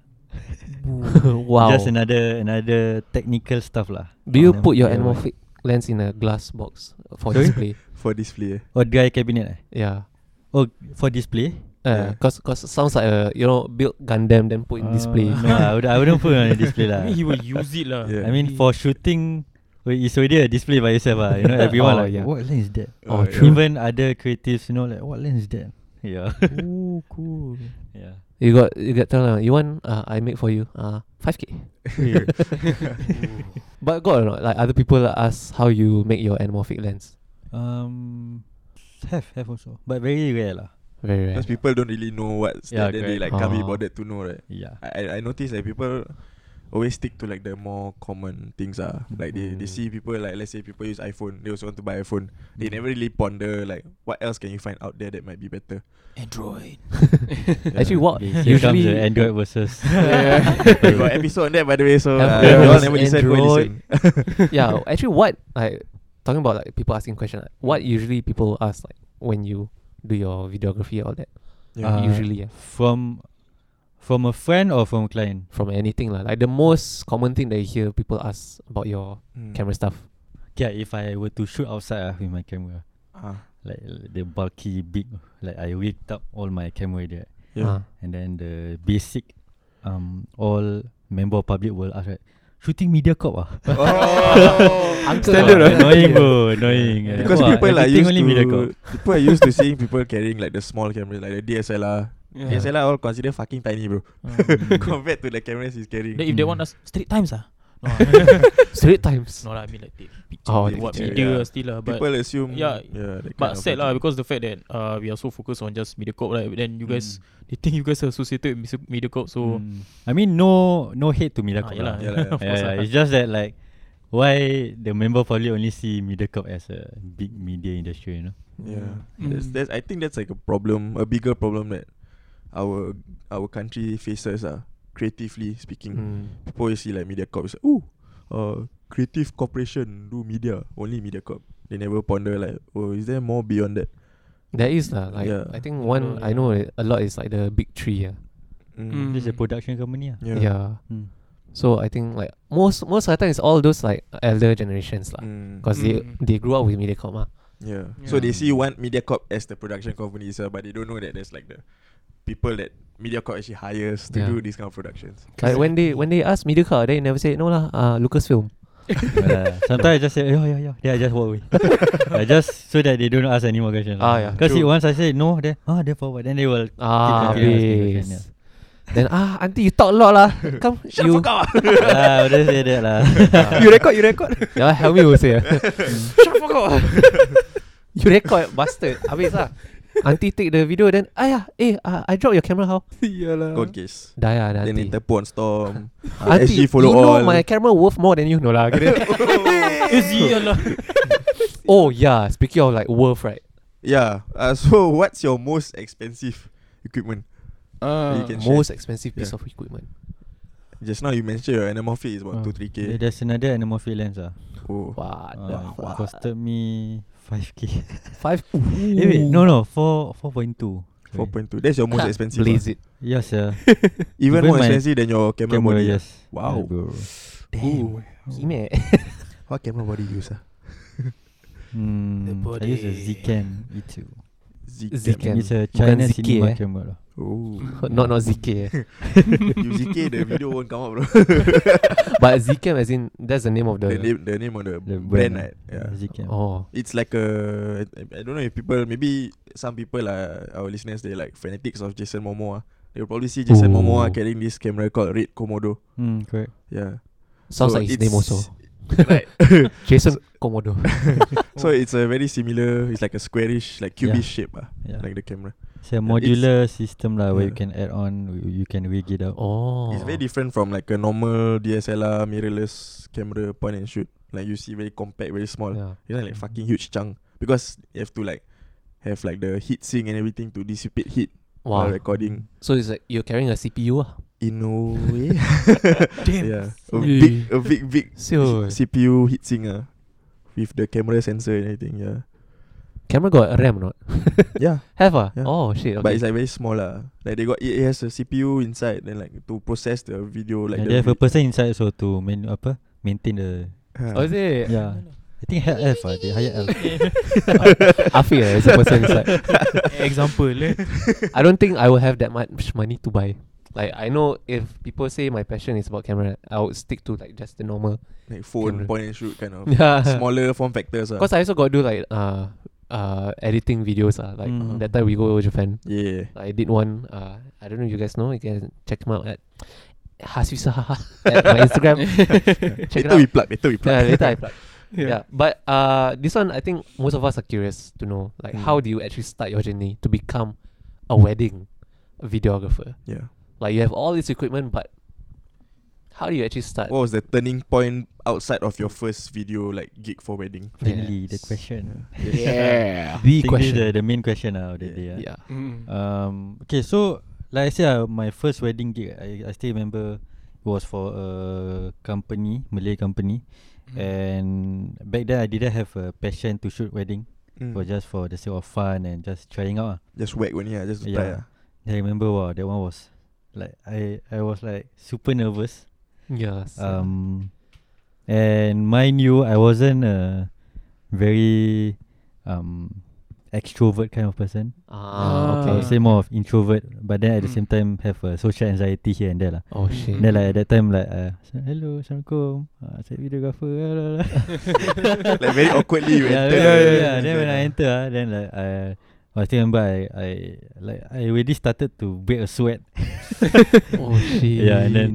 wow.
Just another another technical stuff lah.
do you
Um,
put your
yeah,
animal
right.
lens in a glass box for
Sorry?
display?
for display. eh.
Or dry cabinet eh?
Yeah.
Oh, for display?
Uh,
Yeah.
cause, cause it sounds like a you know build Gundam then put in display.
Uh, no, I, would, I wouldn't put it on a display lah.
I mean, he will use it lah.
Yeah.
I mean, for shooting, well, it's already a display by yourself ah. You know, everyone
Oh,
like,
yeah.
what lens is that?
Oh,
Uh,
true.
yeah.
Even other creatives, you know, like, what lens is that? Yeah.
Oh, cool.
yeah.
You got you got tell them, you want uh, I make for you uh five k. But got or not? Like other people ask how you make your anamorphic lens.
Um, have, have also. But very rare lah.
Very rare.
Because people don't really know what's
Yeah,
yeah, there, then they like
correct. Oh.
can't be
Ah.
bothered to know, right?
Yeah.
I I- I notice like people always stick to like the more common things ah. Like they, they
Mm.
see people like let's say people use iPhone, they also want to buy iPhone. They
Mm.
never really ponder like what else can you find out there that might be better.
Android.
Actually, what
Okay, here comes the
usually
Android versus.
we got episode on that by the way, so uh,
Apple
you all
versus
never listen, go
Android.
listen.
yeah, actually, what like talking about like people asking question, like, what usually people ask like when you do your videography or that
Yeah.
Uh,
usually yeah,
from from a friend or from a client?
from anything lah. Like the most common thing that you hear people ask about your
Mm.
camera stuff.
Yeah, if I were to shoot outside ah with my camera,
Ah,
like uh, the bulky, big, like I rigged up all my camera there.
Ah.
yeah.
And then the basic um all member of public will ask right, shooting media corp ah.
Oh,
Uncle
Standard
lah.
annoying bro, annoying. eh.
because
Wah,
people are
everything
used
only media corp.
to people are used to seeing people carrying like the small cameras like the DSLR.
Yeah.
DSLR all considered fucking tiny, bro. Compared to the cameras he's carrying.
Then if they
Mm.
want us straight times ah. No, ah.
Straight times.
no lah, I mean like take picture.
Oh,
take
take
what
picture,
media
yeah.
still lah. But
people assume
yeah,
yeah that kind
But
of
sad lah
thing.
because the fact that uh, we are so focused on just MediaCorp right, then you guys they think you guys are associated with Medi- MediaCorp, so
Mm. I mean no no hate to media
ah,
corp.
yeah lah,
lah.
yeah lah,
of
Yeah,
course
yeah,
lah.
it's just that like why the member probably only see media corp as a big media industry, you know?
yeah
Mm.
that's, that's, I think that's like a problem a bigger problem that our our country faces uh, creatively speaking
Mm.
people you see like MediaCorp is like ooh uh, creative corporation do media only MediaCorp they never ponder like oh is there more beyond that
There is lah. Like
Yeah.
I think one
know,
I know a lot is like the big three. Yeah.
Mm.
This is a production company. Ah.
yeah
yeah.
Mm.
So I think like most most of the time it's all those like elder generations lah.
Mm.
Because
Mm.
they they grew up with MediaCorp ah. mah.
yeah. so they see one MediaCorp as the production company itself but they don't know that there's like the people that MediaCorp actually hires to
Yeah.
do these kind of productions
Like when they when they ask MediaCorp, they never say no lah. Uh, Lucasfilm.
yeah. Ah, Sometimes I just say, yeah, yeah, yeah. Then I just walk away. I just so that they don't ask any more questions.
Ah, yeah,
Because
true.
once I say no, then ah, then forward. Then they will.
Ah,
Keep the curiosity
please.
question,
Then ah, auntie, you talk a lot lah. Come, you.
ah, they say that lah.
Ah.
You record, you record.
Yeah, help me will say. Shut the fuck up. you record, bastard. Habis lah. Auntie take the video then, ayah, eh, uh, I drop your camera how?
Yalah.
Court case.
Dah ya, dah
Then
auntie.
later pun storm. Ah,
Auntie,
SG follow
you know
all.
my camera worth more than you. No lah. kira.
Is lah.
oh yeah, speaking of like worth right.
yeah. Uh, so what's your most expensive equipment?
Ah.
You can share.
Most expensive piece
Yeah.
of equipment.
Just now you mentioned your anamorphic is about
Ah.
two three k.
Yeah, There's another anamorphic lens ah.
Oh.
What? the
Uh,
fuck?
it costed me 5k.
Five.
eh, wait, no, no, 4 4.2.
Four point two. That's your most
Can't
expensive. ah.
Blaze it.
Yes, yeah.
Even,
Even
more
my
expensive than your camera,
Camera,
body. ah.
yes.
Wow.
Yeah, bro.
Damn. Kime.
What camera body you use? Ah?
Hmm, I use a
body.
Zcam E2.
Z.
Z
cam.
cam.
It's a
Bukan
China
ZK,
cinema
eh.
camera. lah.
Oh.
not not ZK. eh.
you ZK the video won't come out, bro.
But ZK as in that's the name of the.
the name, the name on the,
The
brand,
brand,
right? Yeah.
Zcam.
Oh.
It's like a I I don't know if people maybe some people are our listeners they like fanatics of Jason Momoa. They'll probably see Jason
Ooh.
Momoa carrying this camera called Red Komodo.
Hmm, correct.
Yeah.
Sounds
So
like his name
it's-
also.
right.
Jason Komodo.
so it's a very similar it's like a squarish, like
Yeah.
cubish shape, ah,
Yeah.
like the camera.
It's a
it's-
modular system lah where you
yeah.
can add on, you- you can rig it out.
Oh.
It's very different from like a normal DSLR mirrorless camera point and shoot. Like you see very compact, very small.
Yeah.
You know, like fucking huge chunk. Because you have to like have like the heat sink and everything to dissipate heat while
Wow.
recording.
So it's like you're carrying a CPU ah.
In a way. yeah. A
Yeah.
big a big big
So
CPU heat sink ah. With the camera sensor and everything, yeah.
camera got RAM or not?
Yeah.
Have ah.
Yeah.
Oh shit. Okay.
But it's like very small lah. Like they got it has a CPU inside then like to process the video like
and
the
they have a
vi- Ah,
person inside so to main, apa, maintain the.
oh, is it?
Yeah. I think hire elf ah, they hire elf.
Afi eh, is a person inside.
Example eh.
I don't think I will have that much money to buy. Like I know if people say my passion is about camera, I would stick to like just the normal.
like phone
Camera.
point and shoot kind of
Yeah.
smaller form factors ah.
Cause I also got do like uh uh editing videos ah. Like
Mm.
that time we go to Japan,
Yeah.
I did one. Uh, I don't know if you guys know. You can check them out at Haswisaha at my Instagram. check it
later we
out.
plug. Later we plug.
Yeah, later I plug.
Yeah.
Yeah, but uh, this one I think most of us are curious to know, like, how do you actually start your journey to become a wedding videographer?
yeah.
Like, you have all this equipment, but how do you actually start?
Oh,
What was the turning point outside of your first video like gig for wedding?
Finally, the
Yes.
question.
Yeah.
the
I think this is the, the main question ah, of
Yeah.
the day. ah.
Yeah.
Mm.
Um, okay, so like I said, uh, my first wedding gig, I, I still remember it was for a company, Malay company,
Mm.
and back then I didn't have a passion to shoot wedding. It
Mm.
was just for the sake of fun and just trying out. ah.
Just whack one yeah, just ah. to try.
Yeah. Then I remember wow, that one was like I I was like super nervous.
Yes.
Um, and mind you, I wasn't a very um extrovert kind of person.
ah,
I
okay.
would say more of introvert, but then at the
Mm.
same time have a social anxiety here and there lah.
Oh, shit.
And then
Mm-hmm.
like at that time like uh, "Sa- hello, assalamualaikum, uh, saya videographer. Blah, blah, blah.
ah. like very awkwardly you
yeah,
enter.
yeah,
the-
yeah, yeah. Then when I
yeah.
enter, ah, then like I, I still remember I, I like I already started to break a sweat.
oh, shit.
yeah, and then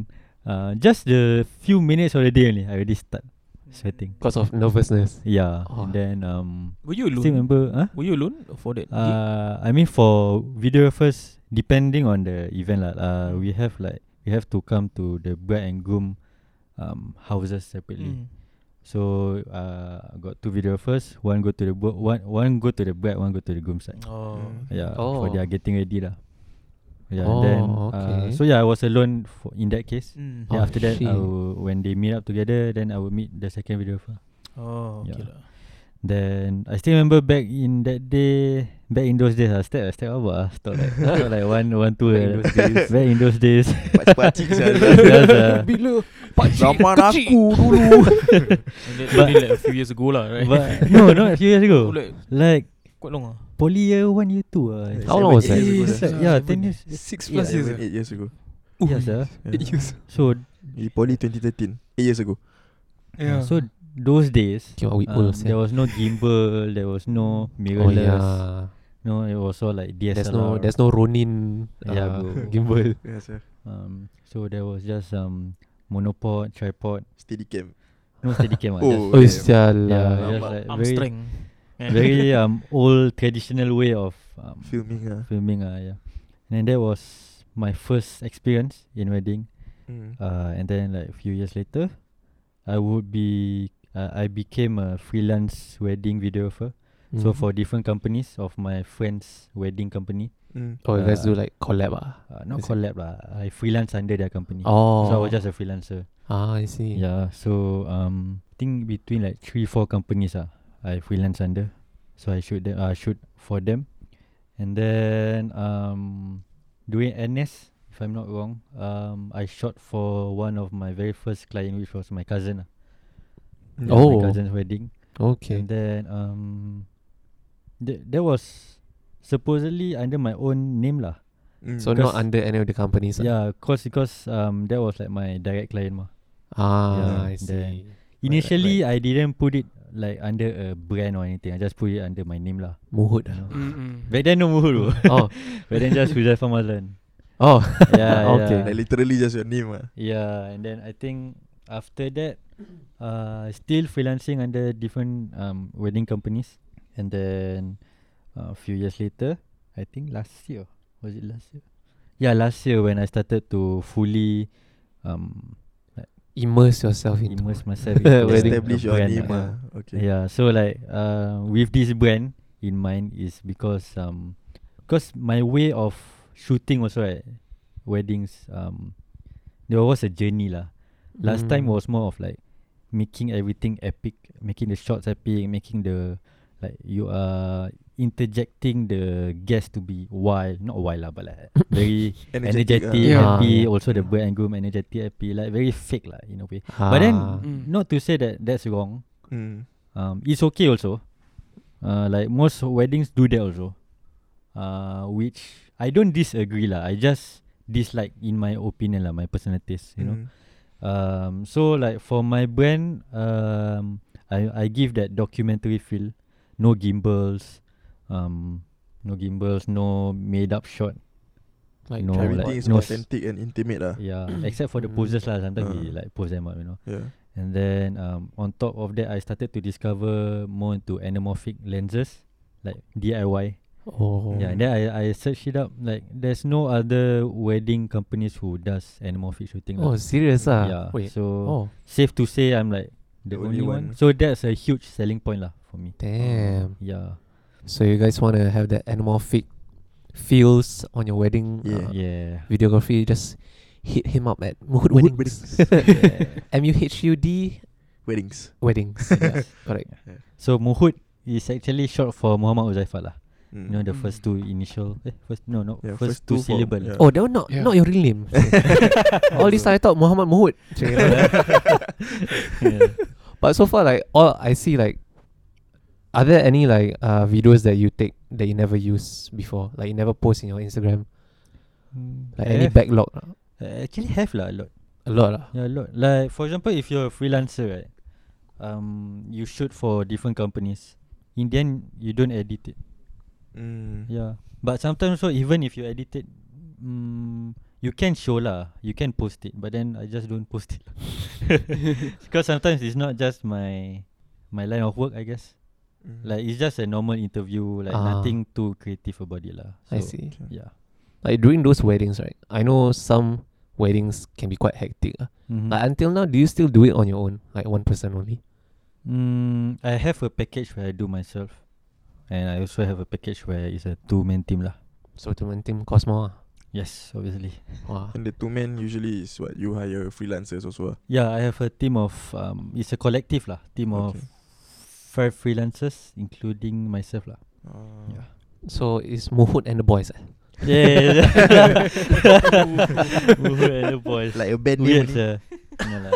uh, just the few minutes of the day only, I already start sweating.
Because of nervousness.
Yeah,
Oh.
and then um,
Were you
still
alone?
remember, huh?
Were you alone for that? gig?
Uh, I mean for videographers, depending on the event lah. Uh,
Mm.
we have like we have to come to the bride and groom um houses separately.
Mm.
So uh, got two videographers. One go to the bro- one one go to the bride, one go to the groom side.
Uh,
Oh.
Yeah,
Oh.
for their getting ready lah. Yeah, and then
Oh,
uh,
okay.
so yeah, I was alone for in that case.
Mm.
Then
Oh,
after that, I
shit.
will, when they meet up together, then I will meet the second videographer.
Oh, okay
Yeah.
lah.
Then I still remember back in that day, back in those days, I step I step over, I stop like stop like one one
Back
two.
in
like
those
that. back in those days,
Pakcik-pakcik sia.
Just, uh,
Bila?
Zaman aku dulu.
And that
But-
only like a few years ago lah, right?
but no, not a few years
So
ago.
like
Like
quite long ah.
poly year one, year two. Uh,
Like
How long was
seven,
that?
eight
yeah,
years
it's
ago,
like,
sia.
yeah, ten years.
Six
yeah,
plus years.
Seven, eight years ago.
Yes, sir.
Yeah.
Eight years.
So
You Poly 2013. Eight years ago.
Yeah.
So those days,
Okay, what we
um,
old
there was no gimbal, there was no
eh. Oh
mirrorless.
yeah.
No, it was all like DSLR.
There's no there's no Ronin uh,
Yeah, Ah, bro.
gimbal.
Yes, yeah.
Um, so there was just um monopod, tripod,
Steady cam.
no steadicam. ah,
Oh, uh,
Oh,
just,
yeah.
yeah,
sialah.
just
Arm-
like
arm
very,
strength. Eh.
very um old traditional way of um,
Filming ah.
filming. Ah, yeah. And then that was my first experience in wedding.
Mm.
Uh, and then like a few years later, I would be uh, I became a freelance wedding videographer. So
Mm.
for different companies of my friends' wedding company,
Mm.
Oh, you guys
uh,
do like collab ah.
uh, not
I see.
collab lah. I freelance under their company.
Oh.
So I was just a freelancer.
ah, I see.
Yeah. So um, I think between like three four companies ah, I freelance under. So I shoot them. I shoot for them, and then um, during NS, if I'm not wrong, um, I shot for one of my very first client, which was my cousin. ah.
Mm.
That was
Oh.
My cousin's wedding.
Okay.
And then um, th- that was supposedly under my own name lah.
Mm.
So not
because-
under any of the companies. ah?
Yeah, cause because um, that was like my direct client mah.
Ah,
Yeah,
I see.
then- Initially, I didn't put it like under a brand or anything. I just put it under my name lah.
Muhud.
You know?
Mm-mm.
Back then no muhur bro.
ah. oh.
Back then just Huzaifah Mazlan.
Oh.
Yeah,
Okay.
yeah.
Like literally just your name ah.
Yeah, and then I think after that, uh, still freelancing under different um wedding companies, and then uh, a few years later, I think last year was it last year? Yeah, last year when I started to fully um
Immerse yourself into
immerse myself into
Wedding.
Establish
a
your
brand,
name
uh,
ah. Okay.
Yeah, so like uh, with this brand in mind is because um, because my way of shooting also right, weddings um, there was a journey lah. Last time
Mm.
was more of like making everything epic, making the shots epic, making the like you are interjecting the guest to be wild, not wild lah, but like very
ah.
energetic,
Yeah.
uh,
happy.
Yeah.
Also the bride and groom energetic, happy, like very fake lah in a way. But then
Ah.
Mm.
not to say that that's wrong
ah. Mm.
um, it's okay also. Uh, like most weddings do that also. Uh, which I don't disagree lah. I just dislike in my opinion lah, my personal taste. You know.
Mm.
Um, so like for my brand, um, I I give that documentary feel. No gimbals, um, no gimbals, no made up shot.
like
no,
tripod.
Everything is
no s-
authentic and intimate ah.
Yeah, except for the
Mm.
poses lah. Sometimes we
Uh.
like pose them up, you know.
Yeah.
And then um, on top of that, I started to discover more into anamorphic lenses, like DIY.
Oh.
Yeah, and then I, I searched it up. Like, there's no other wedding companies who does anamorphic shooting.
Oh,
lah.
serious ah.
yeah.
Wait.
So
Oh,
safe to say, I'm like the, only, one. So that's a huge selling point lah for me.
damn.
Yeah,
So you guys want to have that anamorphic feels on your wedding
Yeah.
uh,
yeah.
videography? Just hit him up at Muhud
Muhud
Weddings.
Yeah.
M U H U D
Weddings.
Weddings. Yeah, correct.
so Muhud is actually short for Muhammad Uzaifat lah.
Mm.
You know the first two initial, eh, first no no
Yeah, first
first,
two
two,
for-
syllable.
yeah.
Oh, that one not
Yeah.
not your real name. all this time I thought Muhammad Muhud. Check it out.
yeah.
But so far, like all I see, like, are there any like uh videos that you take that you never use before, like you never post in your Instagram, like any
Have-
backlog?
Uh, Mm. actually have lah a lot.
A lot ah. lah.
Yeah, a lot. Like for example, if you're a freelancer, right? Um, you shoot for different companies. In the end, you don't edit it.
Mm.
Yeah, but sometimes so even if you edit it, mm, you can show lah. You can post it, but then I just don't post it because sometimes it's not just my my line of work. I guess
Mm.
like it's just a normal interview, like
Ah.
nothing too creative about it lah.
I
So,
see.
Yeah.
Like during those weddings, right? I know some weddings can be quite hectic. ah.
Mm.
Mhm.
Like until now, do you still do it on your own, like one person only?
Mm, I have a package where I do myself, and I also have a package where it's a two-man team lah.
So to my team ah. cost more.
Yes, obviously.
ah. Wah.
And the two men usually is what you hire freelancers also. ah.
Yeah, I have a team of um, it's a collective lah, team
Okay.
of five freelancers, including myself lah. Yeah.
So it's Muhud and the boys. ah?
Yeah, yeah, yeah. Muhud and the boys.
Like a band name.
Weird
only.
sia. No lah.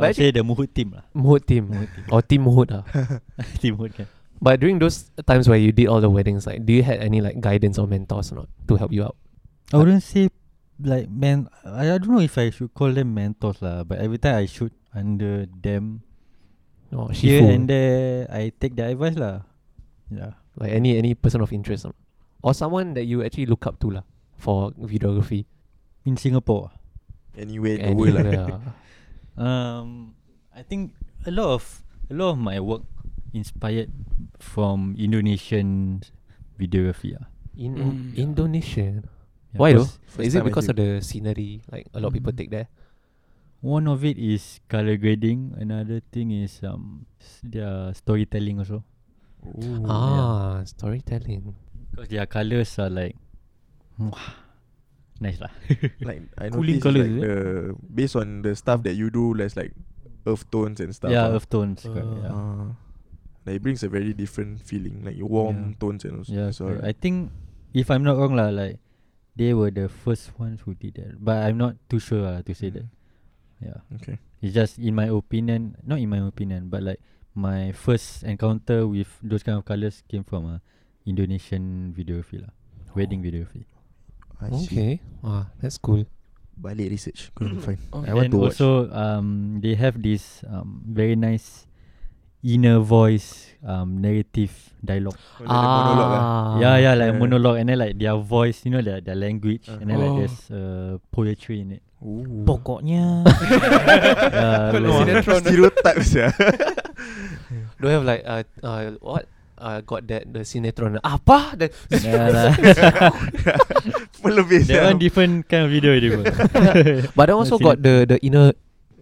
But
I would say the Muhud team lah.
Muhud team
Muhud team.
or team Muhud. ah.
team Muhud kan.
But during those times where you did all the weddings, like, do you had any like guidance or mentors or not to help you out?
I wouldn't say like man. I, I don't know if I should call them mentors lah. But every time I shoot under them,
Oh,
Here
Shifu.
and there, I take their advice lah. Yeah.
like any any person of interest um, or someone that you actually look up to lah for videography.
In Singapore,
Anyway, the world
Anywhere,
like
ah.
um, I think a lot of a lot of my work inspired from Indonesian videography. ah.
In
Mm.
Indonesia.
Yeah,
Why though?
because
First
Is it
time I
because of the scenery? Like a lot of people
Mm.
take there.
One of it is color grading. Another thing is um s- their storytelling also.
ah, storytelling.
Because their colors are like, wah, nice lah.
like I know
Cooling
like
colours, is it?
the based on the stuff that you do, there's like earth tones and stuff.
yeah,
ah.
earth tones. correct, yeah.
Ah. like it brings a very different feeling, like your warm
Yeah.
tones and also.
Yeah,
so
correct. I think if I'm not wrong lah, like they were the first ones who did that. But I'm not too sure lah to
Mm.
say that. Yeah,
okay.
it's just in my opinion, not in my opinion, but like my first encounter with those kind of colors came from a Indonesian videography lah,
Oh.
wedding videography.
I see.
Okay. Ah, that's cool.
Balik research couldn't find. I
Okay.
want
and
to watch.
also, um, they have this um very nice inner voice um narrative dialogue.
Oh, like the monologue ah.
yeah, yeah, like
yeah.
monologue, and then like their voice, you know, their their language,
Uh.
and then like
Oh.
there's uh, poetry in it.
Ooh.
Pokoknya
yeah,
Kalau
like-
sinetron ah.
Stereotypes yeah.
Do have like uh, uh what? Uh, got that the sinetron apa? The
yeah, lah.
Melebih
that
sia.
one different kind of video already. bro.
but I also got the the inner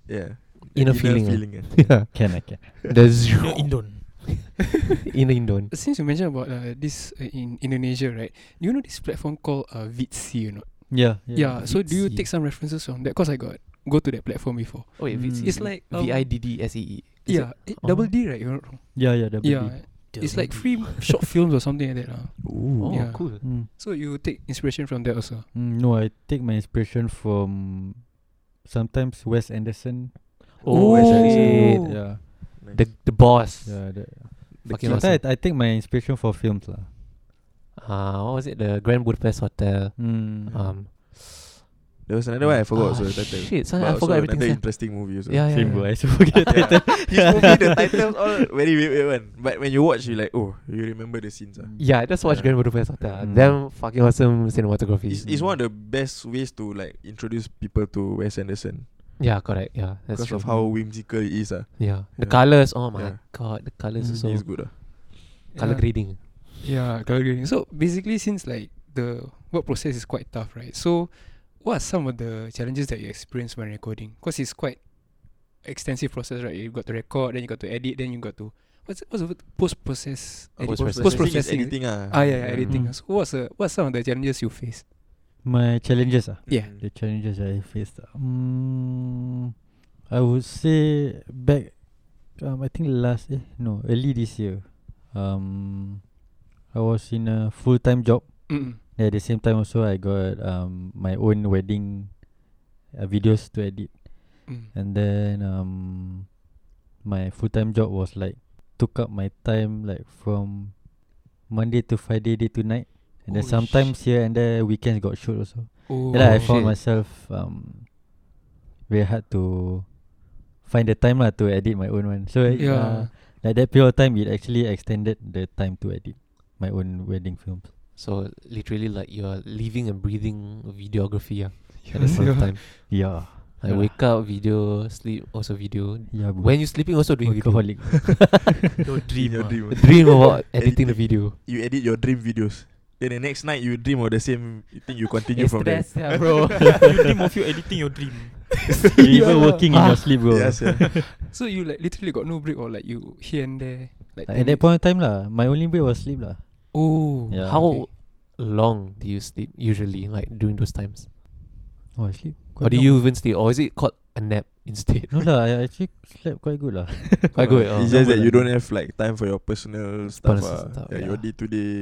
Yeah.
inner feeling. ah.
feeling. ah.
yeah.
can I can.
The
Yo, Indon
inner indon.
Since you mentioned about uh, this uh, in Indonesia, right? Do you know this platform called uh, Vidsi or not?
Yeah,
Yeah. so do you
Vidsi.
take some references from that? Cause I got go to that platform before.
Oh, wait,
Mm.
it's,
It's like um,
V I D D S E E. Is
Yeah, eh,
Oh.
double D, right? You're not wrong.
yeah, yeah, double
Yeah,
D.
it's like free short films or something like that. lah.
it? Oh,
yeah.
cool.
Mm.
So you take inspiration from that also.
Mm, no, I take my inspiration from sometimes Wes Anderson.
Oh,
Wes Anderson.
shit.
Yeah,
The the boss.
yeah. The,
fucking
The key-
awesome.
sometimes I, I take my inspiration for films lah.
Uh, what was it? The Grand Budapest Hotel.
Mm.
Um,
There was another one I
Ah,
forgot also the title.
shit, son, I
But also
forgot everything,
Another
sia.
interesting movie also.
yeah, yeah.
Same
yeah.
yeah. I also forget the title.
His movie the titles all very weird, weird one. But when you watch you like, oh, you remember the scenes. Ah.
Yeah, I just watched
Yeah.
Grand Budapest Hotel.
Mm.
Damn fucking awesome cinematography.
It's, it's one of the best ways to like introduce people to Wes Anderson
yeah, correct. Yeah, that's
because
true.
of how whimsical it is. Ah.
yeah, the
Yeah.
colors. Oh my
Yeah.
god, the colors
Mm.
are
He's
so
good. Ah.
color
yeah.
grading.
Yeah, color grading. So basically, since like the work process is quite tough, right? So, what are some of the challenges that you experience when recording? Because it's quite extensive process, right? You got to record, then you got to edit, then you got to what's what's the post process?
Post-processing.
Post
Post-processing is
processing.
editing. Ah,
Ah yeah, yeah editing.
Mm.
So what's the what's some of the challenges you face?
My challenges ah.
Yeah.
Mm-hmm.
The challenges I faced. Um, I would say back, um, I think last eh no early this year, um, I was in a full time job.
Mm.
At the same time also I got um my own wedding uh, videos to edit,
Mm.
and then um my full time job was like took up my time like from Monday to Friday day to night, and then
Holy
sometimes here and there weekends got shoot also.
Oh,
Yeah, lah, I
Oh,
found
shit.
myself um very hard to find the time lah to edit my own one. So
yeah.
yeah. uh, like that period of time, it actually extended the time to edit my own wedding films.
So literally, like you're living and breathing videography. Yeah, at
Yeah.
the same
Yeah.
time,
Yeah,
like
Yeah. Mm.
wake up, video, sleep, also video.
yeah. bro.
When you sleeping, also doing video.
workaholic.
Your dream. Your dream. ah.
Dream about editing the
Editing.
video.
You edit your dream videos. Then the next night you dream of the same thing. You continue
It's
from there.
stress, yeah, bro.
You dream of you editing your dream
you even working in your sleep, bro.
Yes, yeah.
So you like literally got no break or like you here and there. Like
Like, at that point of time lah, my only break was sleep lah.
Oh.
Yeah.
How long do you sleep usually, like during those times?
Oh, I sleep.
Or do you even sleep? Or is it called a nap instead?
No lah, I actually slept quite good lah.
Quite good. Oh.
It's just that
Normal
you
lah.
don't have like time for your personal stuff.
Personal
ah.
stuff,
yeah, Your
yeah.
day to day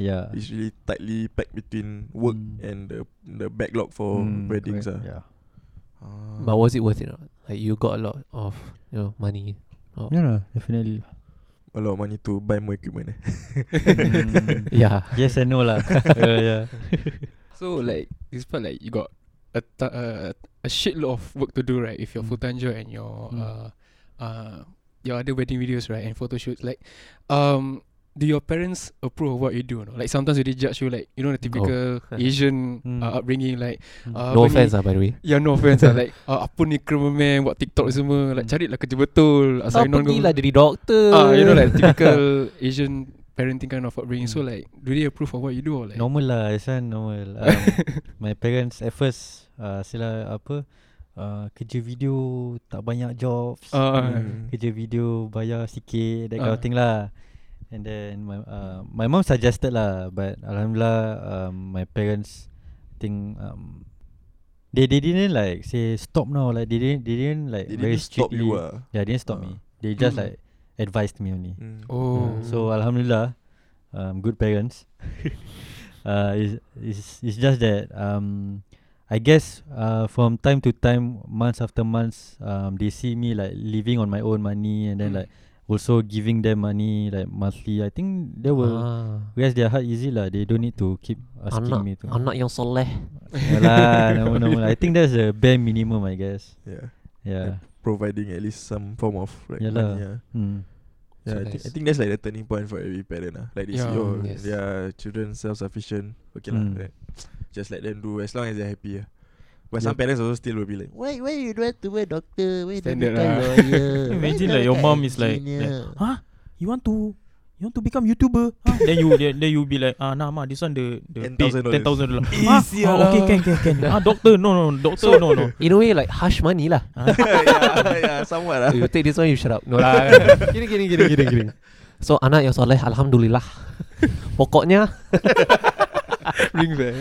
Yeah.
is really tightly packed between work
Mm.
and the the backlog for
Mm,
weddings.
correct,
ah.
Yeah.
Hmm.
Ah.
But was it worth it? Or not? Like you got a lot of you know money. Oh.
No, no, definitely. lah.
a lot of money to buy more equipment. eh. Hmm.
Mm,
Yeah.
yes and no lah. uh, yeah.
So like despite like you got a t- uh, a shitload of work to do right with your
Mm.
full time job and your
Mm.
uh, uh, your other wedding videos, right, and photo shoots, like, um, do your parents approve of what you do? or not? Like sometimes they judge you, like you know the typical Asian
Mm.
uh, upbringing, like uh,
no
apa ni-
offense lah by the way.
Ya yeah, no offense lah Like uh, apa ni kerma man Buat TikTok semua Like carilah kerja betul
Kau
Asal
Ah,
non
pergilah jadi doktor.
Ah, You know like typical Asian parenting kind of upbringing So like Do they approve of what you do or like
Normal lah This one normal um, My parents at first uh, Sila apa uh, Kerja video Tak banyak jobs
Hmm.
Ah,
Kerja video Bayar sikit That kind
Ah.
of thing lah And then My, uh, my mom suggested lah But Alhamdulillah um, My parents Think um, They, they didn't like Say stop now Like they didn't They didn't like
They
Very
didn't stop
strictly
you ah.
Yeah they didn't stop
Ah.
me They just
Mm.
like Advised me only
Mm.
Oh
Hmm. So alhamdulillah, um, good parents. uh, is is it's just that um, I guess uh, from time to time, months after months, um, they see me like living on my own money and then
Mm.
like also giving them money like monthly. I think they will
Ah,
rest their heart easy lah. They don't need to keep asking
anak,
me to.
anak yang soleh.
Yalah, normal, normal. I think that's the bare minimum, I guess.
Yeah.
Yeah.
Providing at least some form of like
Yeah lah.
money. Yeah.
Mm.
Yeah,
So
I, think, I
nice.
think that's like the turning point for every parent. Ah. Like they
Yeah.
see, oh,
Yes.
their children self sufficient. Okay, lah,
Mm.
like, just let them do as long as they're happy. ah. But some parents also still will be like, why, why you don't want to wear doctor? Why don't
Standard
you become
lah.
lawyer?
Can you
Why
imagine
don't
like
you
your
become
mom is like, like,
engineer?"
huh? You want to you want to become YouTuber? Huh? then you then, then you be like, ah nah ma, this one the the pay
$10,000.
ten thousand dollar. Ah,
Easy
ah,
Oh,
okay
lah.
can can can. ah doctor no no doctor no no.
In a way like hush money lah.
Ah.
yeah, yeah, somewhat.
Oh,
ah.
you take this one, you shut up. No
Ah.
lah. kidding, kidding, kidding, kidding, kidding. So anak yang soleh, alhamdulillah. Pokoknya,
Ring bell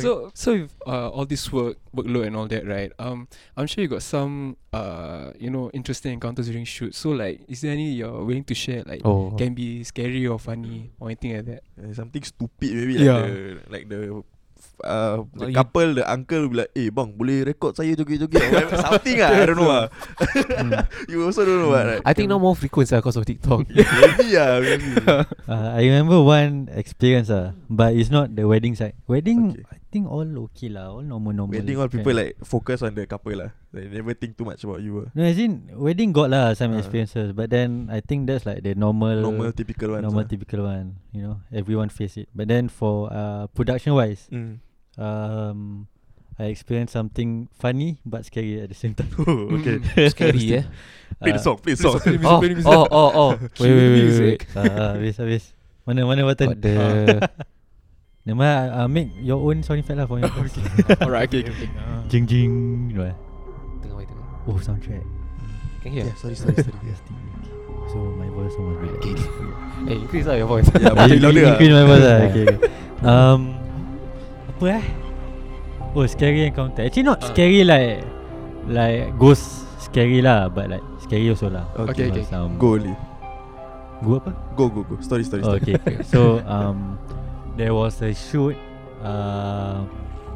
So so if, uh, all this work workload and all that right um I'm sure you got some uh you know interesting encounters during shoot so like is there any you're willing to share like
oh,
can be scary or funny or anything like that
Uh, something stupid maybe like
Yeah.
the like the f- uh, the
Well, you-
couple the uncle will be like eh bang boleh record saya joget-joget or whatever, something ah I don't know ah you also don't know what right
I think now more frequent lah because of TikTok.
maybe ah maybe
Uh, I remember one experience ah, but it's not the wedding side. Wedding,
Okay.
I think all okay lah, all normal normal.
wedding all people
kan.
like focus on the couple lah they never think too much about you ah.
No, as in wedding got lah some
Ah.
experiences, but then I think that's like the normal,
normal typical ones
normal
ah.
typical one. You know, everyone face it. But then for uh, production wise,
Mm.
um, I experienced something funny but scary at the same time. Uh,
Oh, okay
Scary eh.
play the
Ah,
song play the song
Oh, oh, oh, oh.
Wait, wait, wait, wait, wait. Ah, ah, habis, habis. Mana, mana button? Ah.
Got the
Never mind, uh, make your own sound effect lah for your okay.
Alright okay, okay.
Jing jing, you know. eh.
tengah wait, tengah.
Oh, soundtrack.
Can hear?
sorry sorry sorry
So my voice almost be like this.
Eh, increase lah your voice.
yeah but you
You- you-
louder
you
ah.
increase my voice lah. Okay, okay. Um, apa eh? Oh, scary encounter. Actually not scary like like ghost scary lah, but like scary also lah.
Okay, okay.
Some
go Ali
Go apa?
go go go story story
Oh,
story
okay. so um, there was a shoot. Uh,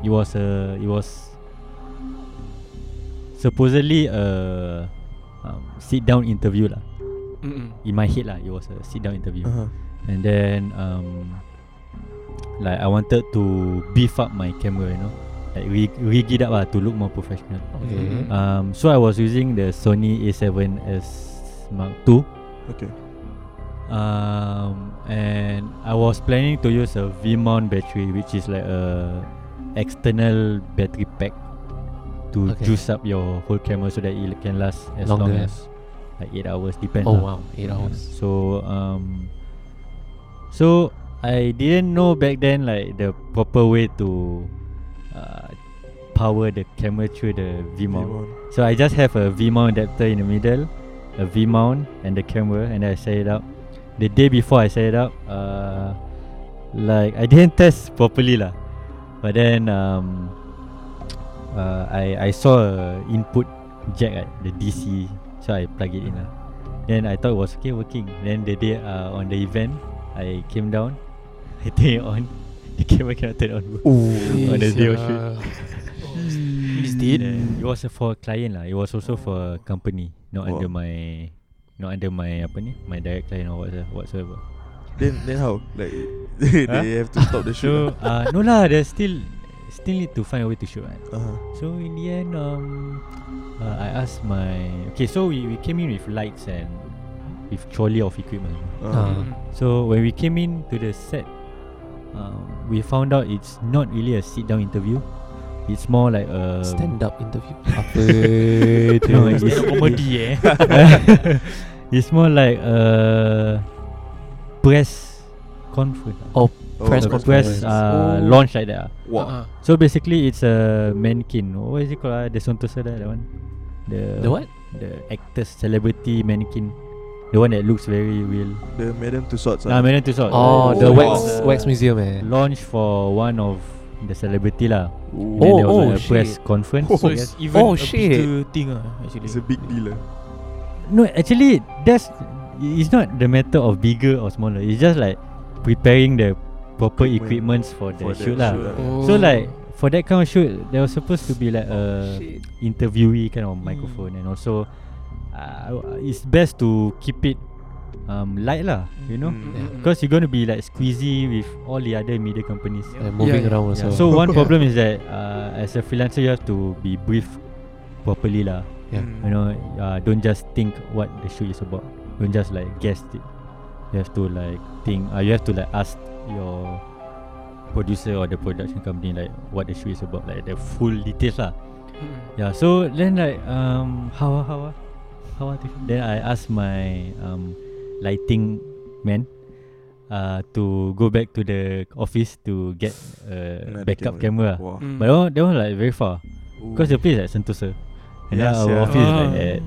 it was a it was supposedly a um, sit down interview lah.
Mm-mm.
In my head lah, it was a sit down interview.
Uh-huh.
And then um, like I wanted to beef up my camera, you know, like rig, rig it up lah to look more professional.
Okay.
Um, so I was using the Sony A7S Mark II.
okay
Um, and I was planning to use a V-mount battery, which is like a external battery pack to
Okay.
juice up your whole camera so that it can last as long
Longer, eh?
as like eight hours. Depends.
Oh wow,
lah.
8 hours.
So um, so I didn't know back then like the proper way to uh, power the camera through the V-mount.
Demon.
So I just have a V mount adapter in the middle, a V mount and the camera, and I set it up. The day before I set it up, uh, like I didn't test properly lah. But then um, uh, I I saw a input jack at the DC, so I plug it in lah. Then I thought it was okay working. Then the day uh, on the event, I came down, I turn it on. The camera cannot turn on. bro. on the day of shoot.
Is dead.
Then Mm. It was uh, for a client lah. It was also for a company,
Oh.
not under my, not under my apa ni, my direct client or whatsoever. whatsoever.
then then how like they
Huh?
have to stop the shoot
So uh, no lah, there's still still need to find a way to shoot. Right?
ah. Uh-huh.
So in the end, um, uh, I asked my okay. So we, we came in with lights and with trolley of equipment.
Ah.
So when we came in to the set, um, we found out it's not really a sit down interview. It's more like a
Stand up interview.
Apa tu no, it's,
Comedy eh
E.
it's more like a press conference.
Oh, Uh-huh.
Oh,
press
a
conference.
press uh,
Oh.
launch like that. ah.
Wow.
So basically, it's a mannequin. What is it called? Uh, the Sentosa there, that one. The
The what?
The actors celebrity mannequin. The one that looks very real.
The Madame Tussauds.
Ah, Madame Tussauds.
Oh, the
Oh,
wax
wow.
wax museum eh.
Launch for one of the celebrity lah.
Ooh.
Then
Oh,
there was
oh,
a press
shit.
conference.
So
I guess.
it's even
Oh,
a
shit.
bigger thing ah actually
It's a big deal. lah.
No, actually, that's it's not the matter of bigger or smaller. It's just like preparing the proper
Equipment.
equipments for the
For the
shoot lah.
shoot,
Oh.
So like for that kind of shoot, there was supposed to be like a
Shit.
interviewee kind
Hmm.
of microphone, and also uh, it's best to keep it um, light lah. You know,
Mm.
Yeah.
because you're gonna be like squeezy with all the other media companies.
And moving
yeah.
around
Yeah.
also.
So one
Yeah.
problem is that uh, as a freelancer, you have to be briefed properly lah.
Yeah.
You know, uh, don't just think what the shoot is about. Don't just like guess it. You have to like think. Uh, you have to like ask your producer or the production company like what the shoot is about, like the full details lah. Yeah. So then like um how ah, how ah, how ah, Tiffany? then I asked my um lighting man uh to go back to the office to get a
Another
backup camera. Hmm.
Wow.
Mm.
But that one, that one like very far. Because the place is at Sentosa And then
Yes,
our
yeah.
office is like
Ah.
at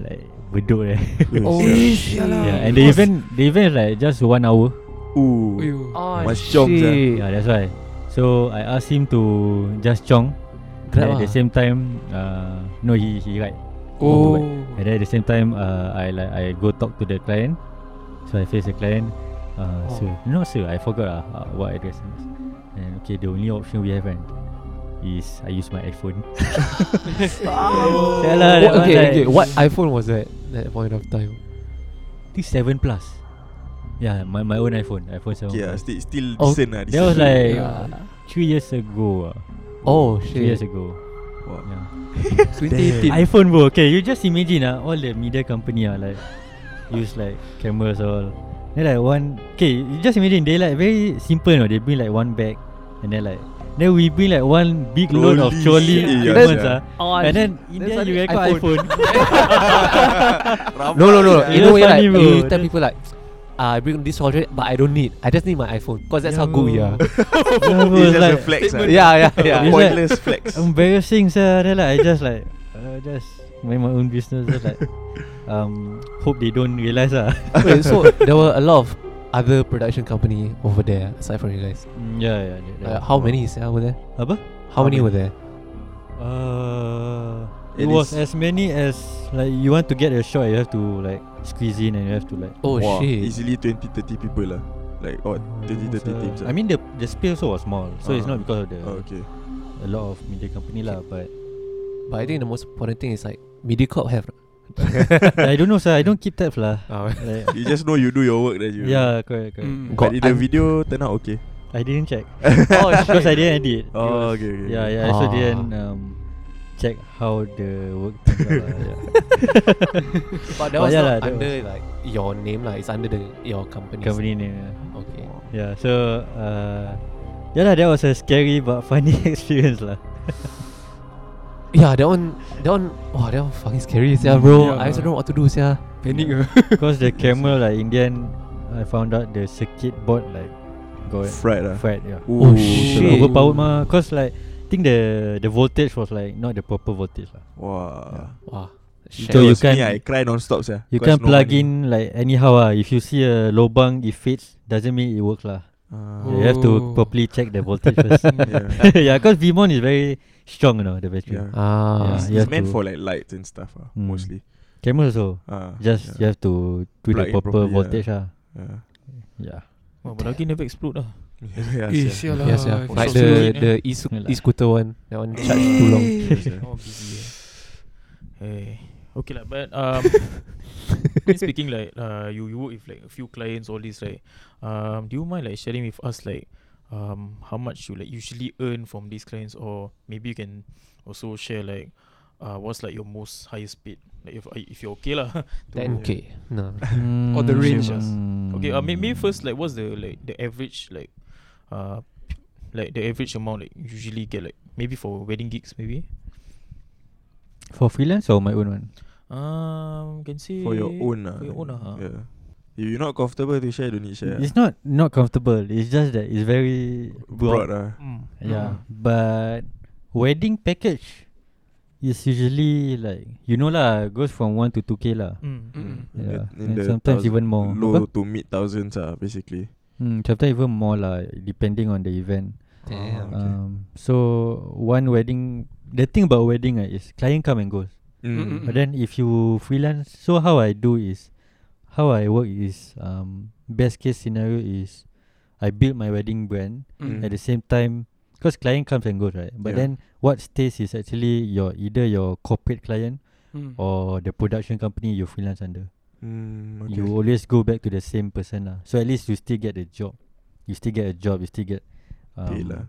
Like Bedok there
Oh,
Yeah.
sialah.
Yeah and the event The event is like Just one hour
Ooh.
Uyo.
Oh.
Oh,
Mas Chong
eh?
sia.
Yeah that's why So I asked him to Just chong
Grab
And At the
ah.
same time uh, No he he ride
Oh.
And then at the same time uh, I like I go talk to the client So I face the client uh,
Oh.
Sir No sir I forgot uh, uh, What address it is And okay the only option we have kan Is I use my iPhone Yeah lah, that
Oh,
one
okay,
like-
okay. What iPhone was that that point of time?
think seven plus. Yeah, my my own iPhone, iPhone seven.
Yeah, ah, still still
Oh,
decent lah.
that was
decent.
like
Yeah.
three years ago. ah.
Oh
three years
shit.
ago.
Wow.
Yeah.
2018.
iPhone, bro. Okay, you just imagine ah, all the media company ah, like use like cameras all. Then like one, okay, you just imagine they like very simple. No, they bring like one bag, and then like then we bring like one big load of
Trolley,
trolley
yeah,
equipments
yeah.
ah. and then in
That's why
there you
it's
record iPhone.
No no no.
Yeah.
You know
That's
where like
funny, bro.
you tell people like "Ah, I bring this already, but I don't need. I just need my iPhone because that's how good we are.
Yeah,
It's
bro, it's
just
like,
a flex. ah.
yeah, yeah,
It's
yeah.
like-
Pointless flex.
embarrassing sir. Then like I just like uh, just make my own business. Just like um hope they don't realise ah.
Wait, so there were a lot of other production company over there aside from you guys.
Mm, yeah yeah. that- that-
Uh, how many is there were there?
Apa?
How, many, were there?
Uh,
At
it was
least-
as many as like you want to get a shot, you have to like squeeze in and you have to like.
Oh
Wow,
shit.
Easily 20 30 people lah. Like or 20 30 teams.
I mean the the space also was small, so it's
Ah.
not because of the
oh, okay.
a lot of media company lah. But
But I think the most important thing is like MediaCorp have.
I don't know sir, I don't keep tabs lah.
Oh.
Like,
You just know you do your work then you.
yeah, correct correct.
Mm.
Got
But in the
un-
video turn out okay.
I didn't check
oh
because I
shit.
didn't edit. It
Oh,
was-
okay, okay.
Yeah,
okay.
yeah. I also
Ah.
didn't um, check how the work. turns out lah, yeah.
But that
But
was
yeah lah,
not
that
under like your name lah. It's under the your company.
Company name. Yeah.
Okay.
yeah so, uh, yeah lah. That was a scary but funny experience lah.
Yeah, that one, that one, wow, that one fucking scary, yeah, bro.
Yeah.
I also don't know what to do, yeah.
Panic ah.
Because the camera like in the end, I found out the circuit board like got
Fried lah.
fried. Yeah.
Oh,
Ooh,
So
shit.
overpowered mah. Cause like think the the voltage was like not the proper voltage lah.
Wow.
Wow.
If
Shit.
So
that
you
was me,
can-
I cry non-stop sir.
You can't plug in like anyhow ah. If you see a lobang, it fits. Doesn't mean it works lah.
Ah.
You have to
Oh.
properly check the voltage first.
yeah.
yeah, because Vimon is very strong, you know, the battery.
yeah.
Ah,
Yeah.
It's-
you
it's
have
meant
to-
for like lights and stuff ah,
Mm.
mostly.
Camera also.
Ah,
Just you
yeah.
have to do
Plug
the
in
proper
properly, yeah.
voltage. Yeah.
Yeah.
yeah.
Wah, But lagi never explode lah
Yeah,
Eh,
yeah, sia.
sialah.
yes, yeah.
Fuck.
Like
so
the
sweet, eh.
the e sc-
Yeah lah.
e scooter one, that one charge too long.
Yes, yeah.
Oh busy eh Hey Okay lah but um, I mean, Speaking like uh, you, you work with like a few clients all this right um, Do you mind like sharing with us like um, How much you like usually earn from these clients or maybe you can also share like uh, what's like your most highest paid? Like if uh, if you're okay lah. to-
10k. No.
Oh,
Or the range just.
Okay, uh,
Mm.
maybe first like what's the like the average like uh like the average amount like usually get like maybe for wedding gigs maybe.
For freelance or my own one?
Um can see
For your own ah.
For your own ah.
Yeah. If you're not comfortable to share, don't need share.
It's not not comfortable. It's just that it's very
broad
broad.
ah.
Mm.
Yeah, but wedding package is usually like you know lah goes from one to two k lah.
Mm. Mm.
In
Yeah,
the- in
and
the
sometimes even
thousand-
more.
Low
Apa?
to mid thousands ah, basically.
Hmm, sometimes even more lah depending on the event.
Damn.
Okay.
Um, so one wedding. The thing about wedding ah is client come and goes.
Mm.
But then if you freelance, so how I do is, how I work is, um, best case scenario is, I build my wedding brand
Mm.
at the same time, because client comes and goes, right?
Yeah.
But then what stays is actually your either your corporate client
Mm.
or the production company you freelance under.
Mm, okay.
You always go back to the same person lah. So at least you still get a job, you still get a job, you still get
Paid lah.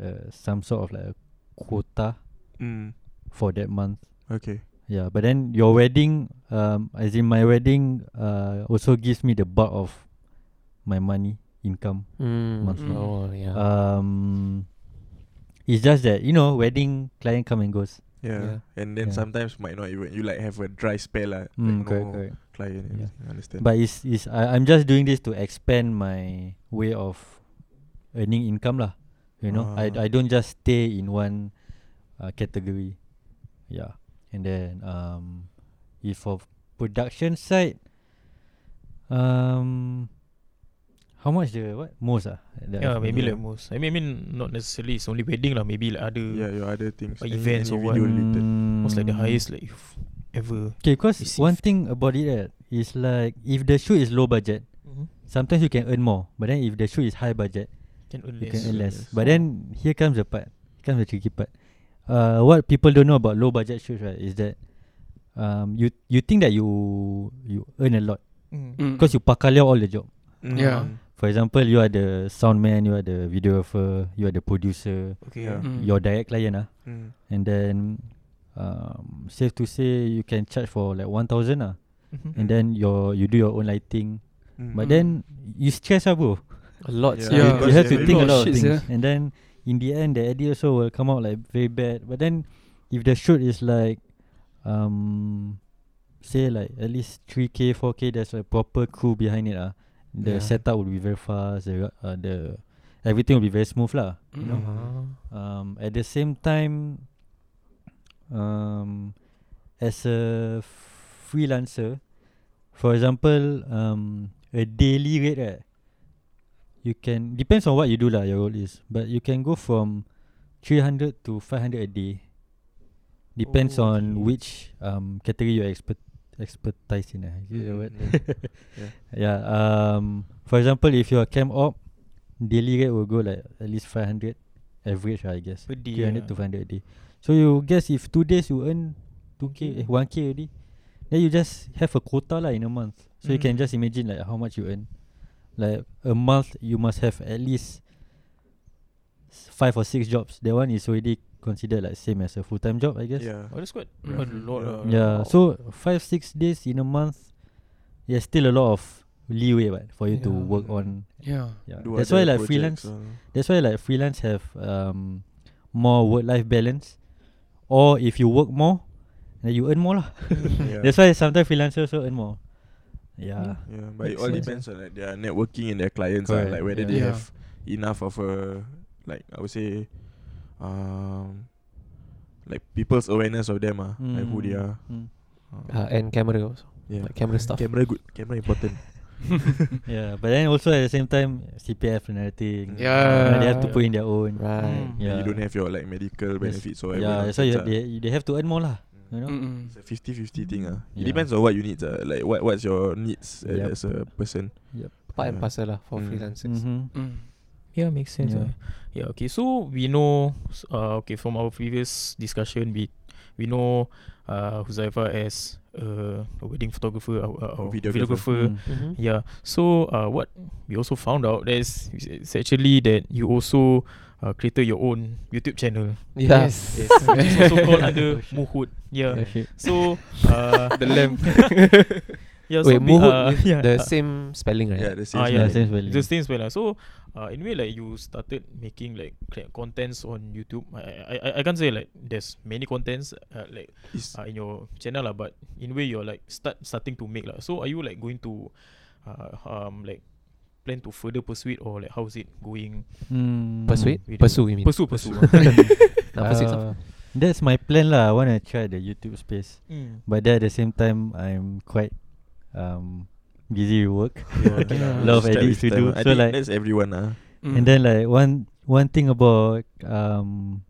um, uh, some sort of like a quota
Mm.
for that month.
Okay.
Yeah, but then your wedding, um, as in my wedding, uh, also gives me the bulk of my money income.
Mm.
Monthly.
Oh yeah.
Um, it's just that you know, wedding client come and goes.
Yeah. And then
Yeah.
sometimes might not even you like have a dry spell lah. like
Mm, correct,
no
correct.
client.
Yeah.
everything, Understand.
But it's it's I, I'm just doing this to expand my way of earning income lah. You know,
Ah.
I I don't just stay in one uh, category. Yeah, and then um, if for production side, um, how much the what most ah? that I
Yeah, maybe
forgot.
like most. I mean, I mean not necessarily it's only wedding lah. Maybe like other
yeah, your other things.
Or
any-
events
any
or what.
video related.
what's like the
Mm.
highest like you've ever.
Okay, because
Received.
one thing about it eh, is like if the shoot is low budget,
Mhm.
sometimes you can earn more. But then if the shoot is high budget,
Can earn
you
less.
can earn less.
yes.
But then here comes the part, here comes the tricky part. Uh, what people don't know about low budget shoots right is that um you you think that you you earn a lot
Mm.
Mm.
because you pakal all the job.
Mm.
Yeah.
For example, you are the sound man, you are the videographer, you are the producer,
Okay.
Yeah.
Mm.
your direct client ah,
Mm.
and then um safe to say you can charge for like one thousand ah,
Mm-hmm.
Mhm.
and then your you do your own lighting.
Mm.
But
Mm.
then you stress ah bro.
A lot.
Yeah.
sia.
Yeah.
you
Because
have
they
to
have
think
a
a
lot
lot
of
of
shits,
things, and then in the end, the idea also will come out like very bad. But then, if the shoot is like, um, say like at least three k, four k, there's a proper crew behind it. Ah, the
Yeah.
setup will be very fast. The ra- uh, the everything will be very smooth lah. You know.
Mm.
Uh-huh.
Um, at the same time, um, as a freelancer, for example, um, a daily rate, right, you can depends on what you do lah. Your role is, but you can go from three hundred to five hundred a day. Depends
Oh,
on
okay.
which um category you're expert expertise in. Uh, is it the word?
Yeah.
yeah. Um. For example, if you're a cam op, daily rate will go like at least five hundred average. ah, I guess.
Per day,
300
ah.
to 500 a day. So you guess if two days you earn 2k, eh, 1k already, then you just have a quota lah in a month. So you can
Mm.
just imagine like how much you earn. Like a month you must have at least s- five or six jobs. That one is already considered like same as a full time job, I guess.
Yeah.
Oh, that's quite
Mm.
quite a lot.
Yeah.
ah.
Yeah,
Wow.
So five six days in a month, there's still a lot of leeway, but for you to
Yeah.
work on.
Yeah.
Yeah.
Do
That's why
other
like
projects uh,
freelance.
or-
That's why like freelance have um more work life balance, or if you work more, then you earn more lah.
Yeah.
That's why sometimes freelancers also earn more. Yeah.
Yeah, but it
Makes
all
sense.
depends on like their networking and their clients ah,
Correct,
like whether
yeah.
they
Yeah.
have enough of a like I would say um like people's awareness of them ah, like who they
Mm,
are.
mm.
Uh, and camera also.
yeah.
Like camera stuff.
camera good, camera important.
Yeah, but then also at the same time CPF and everything. You know, they have to put in their own.
Right.
Mm.
Like,
Yeah.
You don't have your like medical
Yes.
benefits or whatever.
yeah, that's why you,
uh.
they they have to earn more lah. You know. Mm-hmm.
Mm-mm.
It's a 50-50 thing ah. It
Yeah.
depends on what you need ah. Like what what's your needs uh,
Yep.
as a person.
Part and
Yeah.
parcel lah for
Mm.
freelancers.
Mhm.
Mm.
Yeah, makes sense.
Yeah.
Yeah. yeah, okay. So we know s- uh okay, from our previous discussion we we know uh Huzaifa as uh, a wedding photographer or, or
Videographer.
videographer.
Mm.
Mm-hmm.
Yeah. So uh, what we also found out is is- it's actually that you also uh, created your own YouTube channel.
Yeah.
Yes.
Yes. it's also called under Muhud. Yeah.
Oh, shit.
So uh,
The lamp.
yeah.
Wait,
we-
Muhud
uh,
with
yeah,
the
uh,
same spelling, right?
Yeah, the same.
Ah,
Yeah,
yeah.
same value.
Just things well. So, uh, in a way, like you started making like cl- contents on YouTube. I I, I- I can't say like there's many contents uh, like
It's-
uh, in your channel lah, but in a way you're like start starting to make lah. So are you like going to, uh, um, like plan to further pursue it or like how's it going?
Mm.
Pursue it?
Video.
Pursue, you mean? Ah,
Pursue, pursue.
Nak pursue something.
Uh, that's my plan lah. I want to try the YouTube space.
mm.
But then at the same time, I'm quite um busy with work.
yeah,
Okay.
yeah,
Love
start
edits
with
to do.
time. I
So
think
like-
that's everyone ah.
Mm.
And then like one one thing about um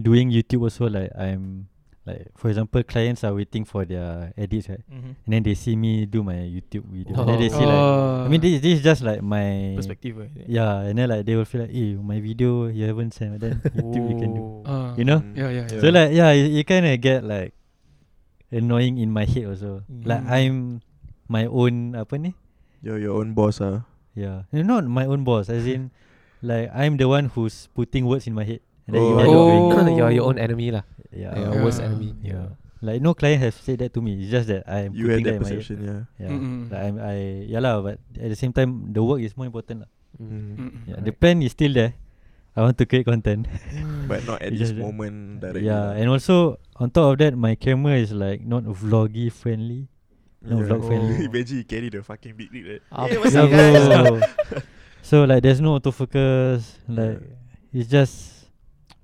doing YouTube also like I'm like for example clients are waiting for their edits right,
hmm
and then they see me do my YouTube video. And then they
Oh.
see like I mean this this is just like my
Perspective. eh?
Yeah, and then like they will feel like, eh, my video you haven't sent, but then YouTube you can do.
Oh.
Uh,
You know?
Yeah, yeah, yeah.
So like yeah, you, you kind of get like annoying in my head also. Like
Mm.
I'm my own apa ni?
You're your own boss ah.
Yeah, no, not my own boss. As in, like I'm the one who's putting words in my head, and then you are not doing.
Oh.
You're your own enemy lah.
it. Yeah,
Your
Yeah.
worst enemy.
yeah. Like no client has said that to me. It's just that I'm
You had
putting
that
that in my head.
perception, yeah.
Yeah,
Mm-mm.
like I'm, I yeah lah. But at the same time, the work is more important lah.
Mm.
Mm-mm.
Yeah, the plan is still there. I want to create content.
But not at this
It's just that-
moment directly.
yeah,
lah.
and also on top of that, my camera is like not vloggy friendly. no vlog friendly.
Imagine you carry the fucking big rig right?
Ah,
Hey,
what's
Yeah,
up, guys?
bro. so like, there's no autofocus. Like, it's just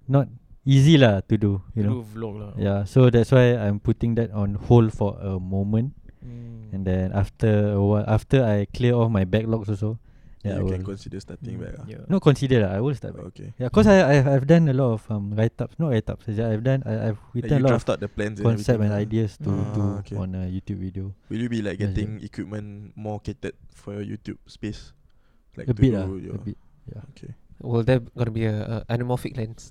not easy lah to do. You
To
know.
do vlog lah.
Yeah, so that's why I'm putting that on hold for a moment,
Mm.
and then after a while, after I clear off my backlogs also, then
Yeah,
I
you
will
can consider starting back. ah.
Yeah.
no consider lah. I will start. Back.
Okay.
Yeah, cause I, I I've done a lot of um write ups, not write ups. I've done I, I've
Like
written
you
a lot of
draft out the plans and
concept and
everything lah.
ideas to
Ah,
do
okay.
on a YouTube video.
Will you be like
That's it.
getting equipment more catered for your YouTube space? Like to
a bit
do
lah,
your-
a bit.
Will there gonna be a, a anamorphic lens?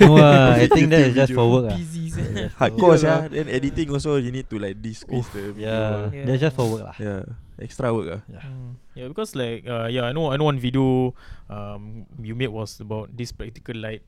no, ah, I think
YouTube
that is just for
video.
work. Ah.
Busy.
Hardcore
Yeah
yeah, Then editing also you need to like de-squeeze the video.
Yeah,
ah.
Yeah.
that's just for work. lah.
Yeah. Extra work ah.
Mm. Yeah, because like uh, yeah, I know I know one video um you made was about this practical light.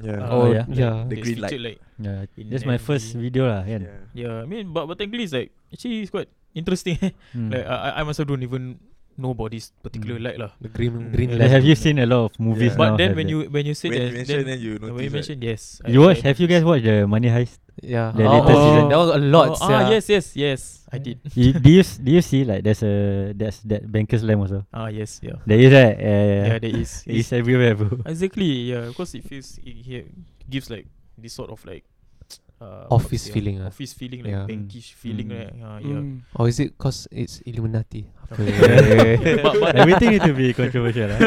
Yeah.
uh,
Oh,
yeah.
like,
yeah.
The
it's
green light.
featured, like
Yeah,
In
that's my first
MV.
video lah. Kan?
Yeah.
yeah, I mean, but but technically it's like actually it's quite interesting.
Mm.
like uh, I I- I myself don't even know about this particular light lah.
The green
Mm.
green
Yeah,
Like,
lens.
have you seen a lot of movies?
Yeah.
But
now have
then when
that?
you when you said
When
that,
you mention
then,
then you
uh,
notice.
when you
right?
mentioned yes,
you watch, have you guys watched the Money Heist?
Yeah.
The
oh,
latest season.
That was a lot.
Oh,
sia.
ah yes yes yes, I did.
you, do you s- do you see like there's a there's that banker's lamp also?
Ah yes yeah.
There is right. Yeah, yeah,
Yeah,
yeah.
there is.
it's everywhere, bro.
Exactly, yeah. Because it feels it, here gives like this sort of like uh, how to
Office
say, ah,
feeling, ah.
office feeling like
Yeah.
bankish feeling,
Mm.
right? Uh, yeah.
Mm.
Or is it cause it's Illuminati?
Yeah. But- but-
Everything need to be controversial. lah.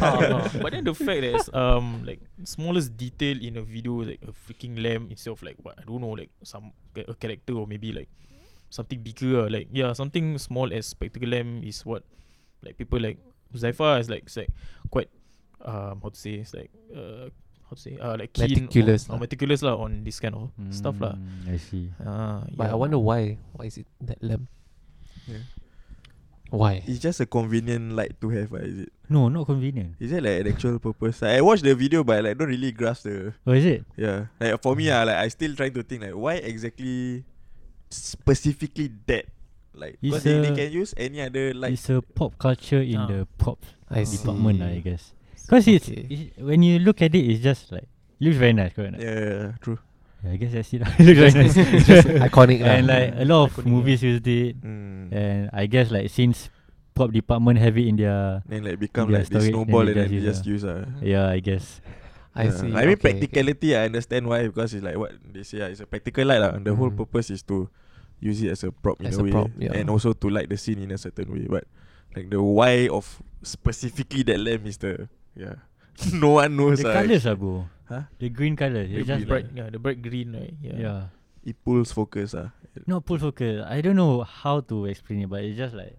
Ah, but then the fact that it's um like smallest detail in a video like a freaking lamp instead of like what I don't know like some ca- a character or maybe like something bigger ah, like yeah something small as spectacle lamp is what like people like Zaifa is like it's like quite um how to say it's like uh how to say uh like keen
Meticulous lah. Hmm.
on, uh, meticulous lah on this kind of stuff lah.
Mm, I see.
Ah,
But
yeah.
I wonder why. Why is it that lamp?
Yeah.
Why?
It's just a convenient light to have, ah, is it?
No, not convenient.
Is it like an actual purpose? Like, I watched the video but I like don't really grasp the
Oh, is it?
Yeah. Like for me, ah, like I still trying to think like why exactly specifically that. Like
It's
because they, they
a-
can use any other like
it's a pop culture in
Ah.
the pop
I see.
department, lah, I guess. Because it's,
Okay.
it's when you look at it, it's just like looks very nice, correct? or not?
yeah, yeah, yeah, true.
Yeah, I guess that's it. lah. it looks very nice.
It's just iconic lah.
and like a lot of
Iconic,
movies used it,
Mm.
and I guess like since pop department have it in their
Then like become
their
like they
story, then
snowball
they
and then
just
they
use
just use ah.
yeah, I guess.
I
Yeah.
see.
I
okay,
mean
okay.
practicality. I understand why because it's like what they say. ah, it's a practical light lah. and The whole
Mhm.
purpose is to use it as a prop in
As
a,
a
way,
prop, yeah.
and also to light the scene in a certain way. But like the why of specifically that lamp is the yeah. no one knows.
The
ah,
colours
actually.
are bro.
Huh?
The green colours.
the
It's just
green
bright
bright.
yeah the bright green right
Yeah.
yeah
It pulls focus
Oh.
ah.
Not pull focus. I don't know how to explain it, but it's just like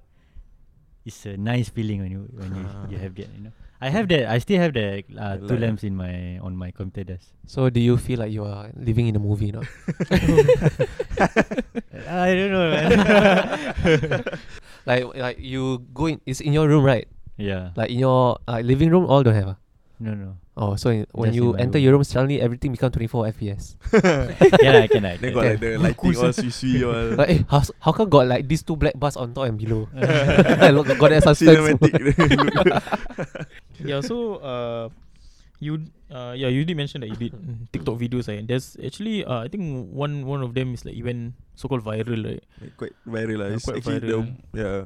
it's a nice feeling when you when you, you
Ah.
have that, you know. I have that. I still have that uh,
The
two
light.
lamps in my on my computer desk.
So do you feel like you are living in a movie? Not
Uh, I don't know.
Like like you go in. It's in your room, right?
yeah.
Like in your uh, living room, all don't have. ah?
No, no.
Oh, so in, when
Just in
you
my
enter
room.
your room, suddenly everything become 24 FPS.
yeah, I can. I
Then
can.
got like the lighting all sui all.
like, eh, how, s- how come got like these two black bars on top and below? Look, got that suspense.
Cinematic.
yeah, so uh, you uh, yeah, you did mention that you did
Mm-hmm.
mm, TikTok videos, right? There's actually uh, I think one one of them is like even so called viral, right?
Like, Quite viral lah.
Yeah,
It's
quite
actually
viral.
the yeah.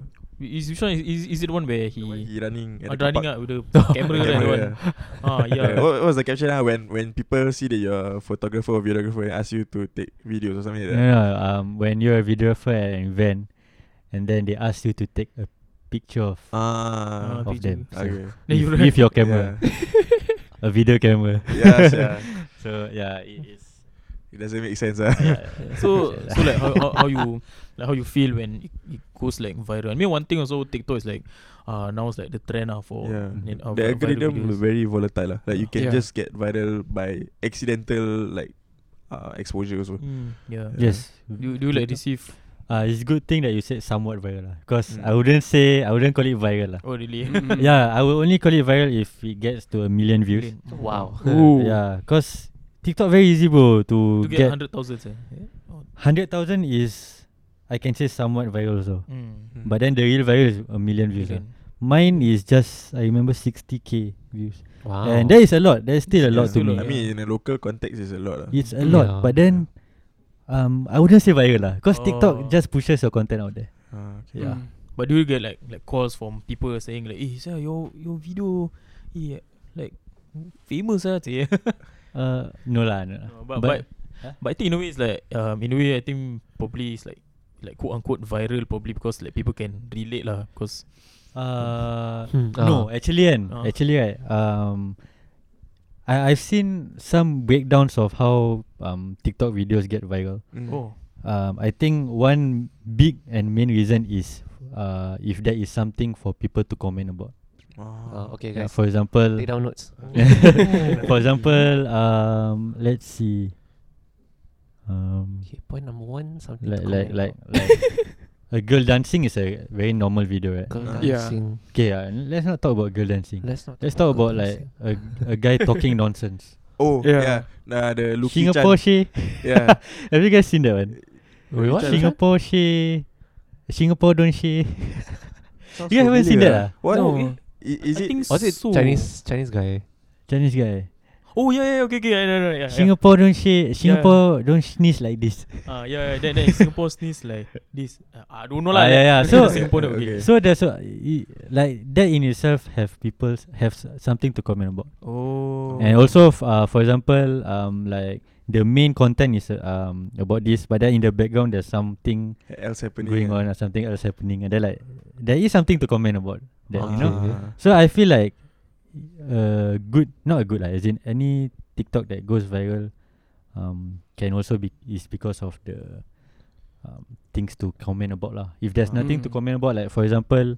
Is which one is, is, is it the one where
the
he,
one He running. at
uh,
the
running
car
out with the
Oh,
camera,
park.
right?
Camera,
That one.
yeah.
Ah,
Yeah.
yeah.
What, what was the caption? Ah, when when people see that you're a photographer or videographer and ask you to take videos or something like
No,
that.
no. Um, when you're a videographer at an event, and then they ask you to take a picture of
Ah,
Ah,
of them so
okay.
Then you
with,
run.
with your camera, a video camera.
Yeah, yes, yeah.
So yeah, it is.
It doesn't make sense. Ah.
Yeah,
so
yeah.
so like how, how, how you like how you feel when it, it goes like viral. I mean one thing also TikTok is like uh now it's like the trend uh, for
Yeah.
you know,
the
vi- viral
algorithm
videos.
is very volatile. lah. Like you can
Yeah.
just get viral by accidental like uh, exposure also.
Mm, yeah.
Yes.
Do, do you like receive
Uh, it's good thing that you said somewhat viral lah. Because
Mm.
I wouldn't say I wouldn't call it viral lah.
oh really?
Mm.
Yeah, I will only call it viral if it gets to a million views. Uh,
Million.
wow.
Ooh.
Yeah, cause TikTok very easy, bro. To,
To get
get,
hundred thousand eh? Yeah.
hundred thousand is, I can say somewhat viral also.
Mm.
But then the real viral is a million views. lah.
Million.
Mine is just I remember sixty k views,
Wow.
and that is a lot. That's still a
Yeah,
lot to
still
me.
a lot,
I mean, in a local context, it's a lot. lah.
It's a lot,
Yeah.
but then, um, I wouldn't say viral lah. Cause
Oh.
TikTok just pushes your content out there.
Ah, okay.
Yeah.
Mm.
But do you get like like calls from people saying like, "Hey, sir, your your video, yeah, like famous ah, yeah.
Uh, no lah, no. lah.
but but
Huh?
but I think in a way it's like um in a way I think probably it's like like quote unquote viral probably because like people can relate lah because
Uh,
Hmm,
no, actually kan,
Ah.
actually right. Um, I I've seen some breakdowns of how um TikTok videos get viral.
Mm.
oh
Um, I think one big and main reason is uh if there is something for people to comment about.
Ah.
Uh, okay,
Yeah,
guys.
for example,
Take down notes.
for example, um, let's see. Um,
Okay, point number one, something.
like
to
like
comment
like
about.
like a girl dancing is a very normal video, right?
Girl
Uh,
Yeah.
dancing.
Okay, uh, let's not talk about girl dancing.
Let's not.
Let's talk about
girl
like
dancing.
a, a guy talking nonsense.
Oh,
Yeah.
yeah. Nah, the Luki
Singapore
Chan.
she.
Yeah.
Have you guys seen that one?
Wait, what?
Singapore she. Singapore don't she.
Sounds
you guys haven't seen that
familiar.
ah?
What?
No,
I-
eh,
Is
I
it?
think
Was it
so.
Chinese Chinese guy?
Chinese guy.
Oh yeah yeah okay okay yeah, yeah, yeah, yeah,
Singapore don't she. Singapore don't sneeze like this.
yeah. Uh, yeah yeah then, then Singapore sneeze like this uh, I don't know
Ah,
lah
yeah, yeah, so-
Singapore okay.
Okay.
So that's what, i- like that in itself have people s- have s- something to comment about.
oh
And also, f- uh, for example, um, like the main content is uh, um about this, but then in the background there's something
Else happening.
going on or something else happening, and they're like, there is something to comment about that, you know.
Okay.
So I feel like uh good not a good like, as in any TikTok that goes viral um can also be is because of the um, things to comment about lah. If there's nothing to
Mm.
comment about, like for example,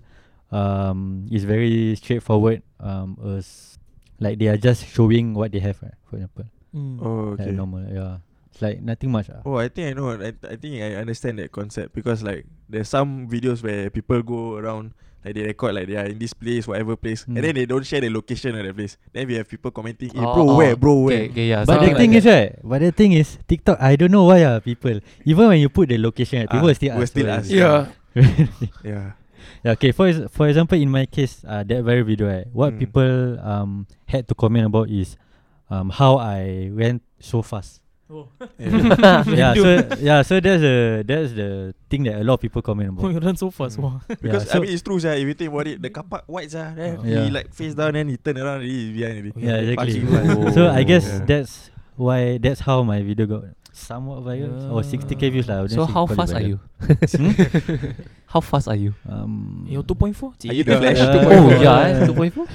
um it's very straightforward. Um as like they are just showing what they have, right? For example.
mm.
Oh, okay.
Like normal, yeah. It's like nothing much. ah.
Oh, I think I know. I, I think I understand that concept because like there's some videos where people go around like they record like they are in this place, whatever place, and
Mm.
then they don't share the location of the place. Then we have people commenting, "Hey,
Oh,
bro,
oh,
where, bro,
Okay,
where?"
okay, yeah.
But
something
the thing
like
is right But the thing is TikTok I don't know why ah people Even when you put the location right, People
Ah,
will still
will
ask
still
where
ask.
is
Yeah.
it.
Yeah.
Yeah, okay, for ex- for example, in my case, uh, that very video, right, what
Mm.
people um had to comment about is um how I went so fast.
oh.
yeah.
Ah,
yeah, so yeah, so that's the that's the thing that a lot of people comment
oh
about.
you run so fast
Hmm.
wow
because
yeah, so, Oh,
I mean it's true, sir. If you think about it, the car park white, sir. Then
Yeah.
he like face down, then he turn around, and he's behind already.
yeah, exactly.
Parking lot.
so I guess
Yeah.
that's why that's how my video got somewhat viral or 60k views lah. I
that.
wouldn't
So
say
how
call it
fast are
viral.
you? How
Hmm?
fast are you?
um,
your 2.4
Are you the flash?
Yeah.
oh
yeah.
yeah, eh, two point four.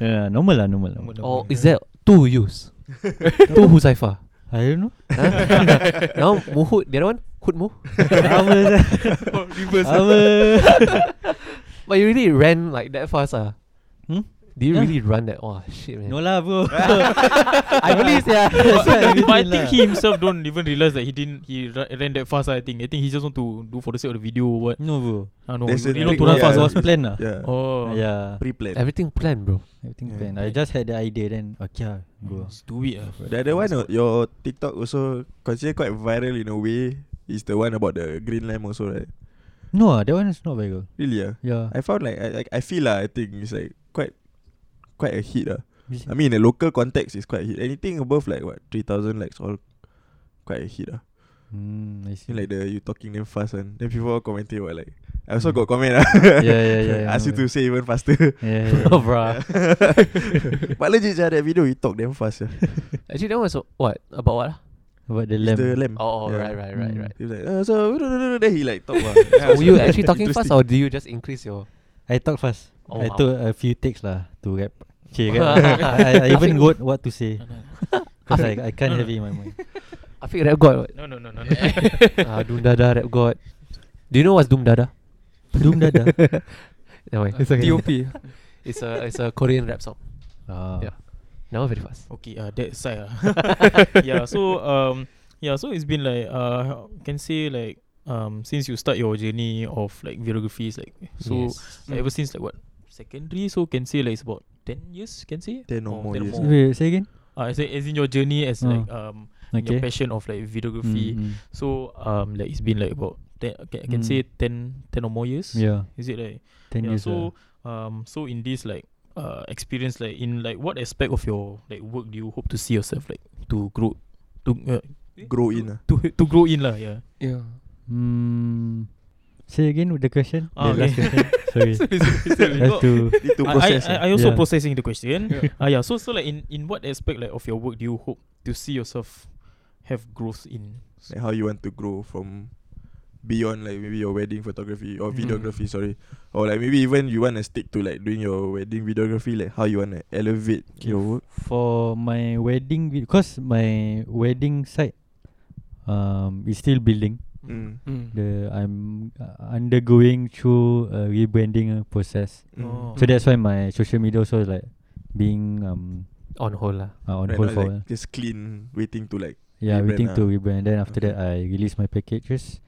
yeah, normal lah, normal.
Normal
normal.
lah.
Or is that two use? two Huzaifa.
I don't know.
Huh? now Muhud, the other one, Hudmu.
Oh,
Apa sia? Apa?
But you really ran like that fast, ah.
Hmm?
Do you
Yeah.
really run that? Oh shit, man.
No lah bro I believe yeah That's what I believe
but I think
lah.
he himself don't even realize that he didn't he ra- ran that fast. I think I think he just want to do for the sake of the video or what.
No bro
I don't know.
There's a
You, you know
trick,
to run
yeah.
It
fast.
was planned lah
Yeah.
Oh
Yeah
Pre-planned.
Everything planned, bro.
Everything
Yeah. Mm.
planned I just had the idea then Okay lah go
Just do it. ah.
The other one, uh, your TikTok also considered quite viral in a way. Is the one about the green lamp also, right?
No ah that one is not very good
Really? Uh?
Yeah
I found like I, I, I feel lah. I think it's like quite quite a hit uh.
Which-
I mean in the local context, it's quite a hit. Anything above like what three thousand likes, all quite a hit uh.
Hmm I see
Then, like the you talking them fast and then people all commenting about like I also got comment
yeah,
ah.
Mm. yeah, yeah,
Ask
I
you
know.
to say even faster.
Yeah, yeah,
Oh, bruh.
but legit yeah, that video you talk them fast. Yeah.
Actually, that was what about what? ah?
About the
It's
lamp
the lamp.
Oh, oh,
Yeah.
right, right, right,
Mm.
right.
He was like, uh, so then he like talk. lah. Yeah,
Were
so
you actually talking fast,
interesting.
or do you just increase your?
I talk fast.
Oh,
I
wow.
took a few takes lah to rap. Okay, rap. I, I even wrote what to say because I, I can't have it in my mind.
I think rap god. what?
No no no no. no.
Ah, Doom Dada rap god. Do you know what's Doom Dada?
Doom dada.
No way.
It's DOP.
It's a it's a Korean rap song.
Ah.
Yeah. Now very fast.
Okay, uh, that side ah. yeah, so um yeah, so it's been like uh can say like um since you start your journey of like videography is like so like, ever since like what secondary so can say like it's about 10 years can say
10 or more years.
Wait, say again.
uh, as, in- as in your journey as
Oh.
like um
Okay.
your passion of like videography
Mm, mm.
so um like it's been like about 10 can, can
Mm.
say 10 10 or more years
Yeah,
is it like
ten
yeah,
years. So
so um so in this like uh experience like in like what aspect of your like work do you hope to see yourself like to grow to uh,
grow in ah.
to to grow in lah yeah
Yeah.
mm, say again with the question.
Ah,
the last
okay.
question. Sorry. Have to.
Need to
I-
process.
I,
ah.
I, I also
Yeah.
processing the question
Yeah.
Ah yeah so so like in in what aspect like of your work do you hope to see yourself have growth in
like how you want to grow from beyond like maybe your wedding photography or
Mm.
videography sorry or like maybe even you want to stick to like doing your wedding videography like how you want to elevate
Okay,
your work
for my wedding, because my wedding site um is still building.
mm.
Mm.
The I'm uh, undergoing through a rebranding uh, process.
Mm.
Oh.
So that's why my social media also like being um
On hold lah.
uh, on
right
hold
now,
for
like,
a while.
just clean waiting to like
yeah
rebrand
waiting to
ah.
rebrand. Then after that
Okay.
I release my packages.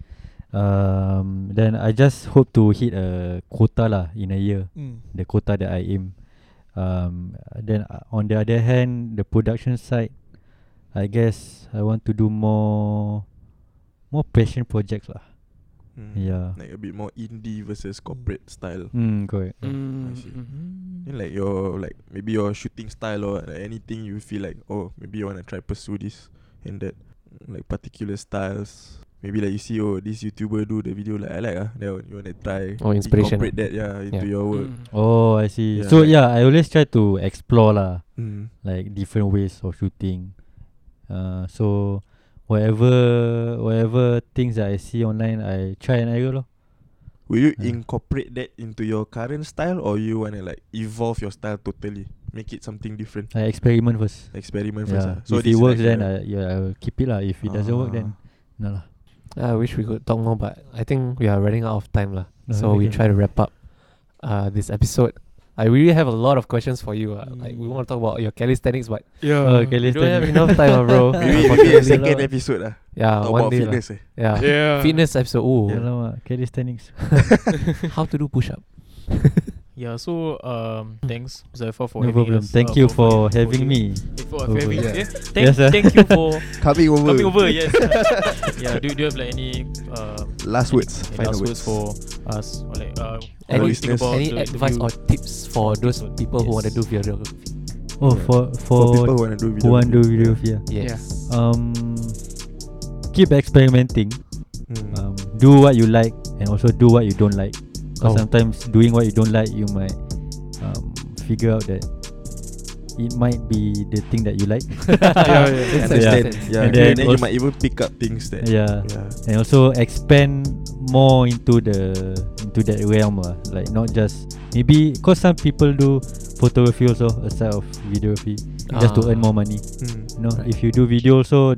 Um, then I just hope to hit a quota lah in a year.
Mm.
The quota that I aim. Um, then uh, on the other hand, the production side, I guess I want to do more, more passion projects lah.
mm,
Yeah.
like a bit more indie versus corporate style
Hmm. Correct.
Mm.
I see.
Mm.
Then like your like maybe your shooting style or like anything you feel like oh maybe you wanna try pursue this and that like particular styles. Maybe like you see oh this YouTuber do the video like I like ah then you wanna try
Oh, inspiration ah.
incorporate that yeah into your work.
Mm.
Oh, I see.
Yeah,
so
like-
yeah, I always try to explore lah.
Mm.
like different ways of shooting. Uh, so whatever whatever things that I see online, I try and error lor.
Will you
Yeah.
incorporate that into your current style or you wanna like evolve your style totally, make it something different,
I experiment first.
experiment first.
Yeah.
ah. So
if
this
it
is
works, then
actually Ah.
I, yeah, I will keep it lah. If it doesn't work, then no lah.
I wish we could talk more, but I think we are running out of time lah.
No,
so we
okay.
try to wrap up uh, this episode. I really have a lot of questions for you. Uh, Like we
Mm.
want to talk about your calisthenics, but
yeah
Oh, okay,
we
let's
don't have
turn-
enough time, ah, bro.
maybe, maybe a second episode ah.
yeah,
Talk
one
about
day, lah.
fitness eh.
yeah.
yeah
fitness episode. Ooh,
Alamak, calisthenics.
how to do push up?
yeah so um thanks Zaifa for
Hmm. no
having
problem.
us,
Thank
uh,
you for having
hosting-
me.
for
over.
having
Yeah.
yeah. thank,
Yes, ah.
thank you for
Coming over.
coming over yes yeah do, do you have like any um
Last words.
any
final
last words for us or like uh
Any-
what you think about
Any
the- the
advice
view?
or tips for those people who want to do videography?
Oh,
Yeah.
for
for people who
for
wanna do video.
who want do video,
Yeah.
yeah.
Yes.
Um, keep experimenting.
Mm.
um, do what you like and also do what you don't like. Because
Oh.
sometimes doing what you don't like, you might um, figure out that it might be the thing that you like.
yeah,
yeah.
understand.
sense.
Yeah, and
And then
then, you
also-
might even pick up things that.
yeah,
yeah.
and also expand more into the into that realm lah. Like not just maybe because some people do photography also aside of videography just to earn
Ah.
more money.
Mm.
You know,
Right.
if you do video also,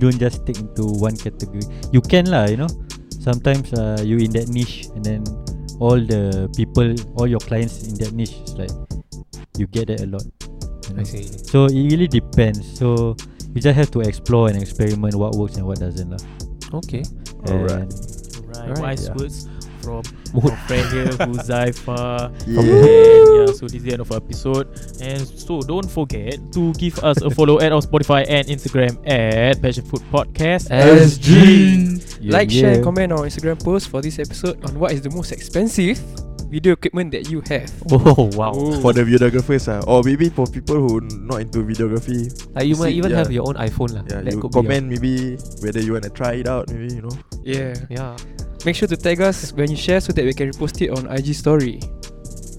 don't just stick into one category. You can lah, you know. Sometimes uh, you in that niche, and then all the people, all your clients in that niche is like you get that a lot.
I
you know.
see.
So it really depends. So you just have to explore and experiment what works and what doesn't lah.
Okay.
Alright.
And
Right,
Alright,
wise
yeah.
words from our friend here, Huzaifa.
Yeah.
And yeah, so this is the end of our episode. And so don't forget to give us a follow at our Spotify and Instagram at Passion Food Podcast.
SG.
yeah,
like,
yeah.
share, and comment on our Instagram post for this episode on what is the most expensive video equipment that you have.
Oh wow.
Oh.
For the videographers ah, or maybe for people who not into videography,
Like Ah, you
You
might
see,
even
yeah.
have your own iPhone lah.
yeah,
That
you
could be your-
comment maybe whether you wanna try it out, maybe you know.
yeah.
Yeah.
Make sure to tag us when you share so that we can repost it on IG story.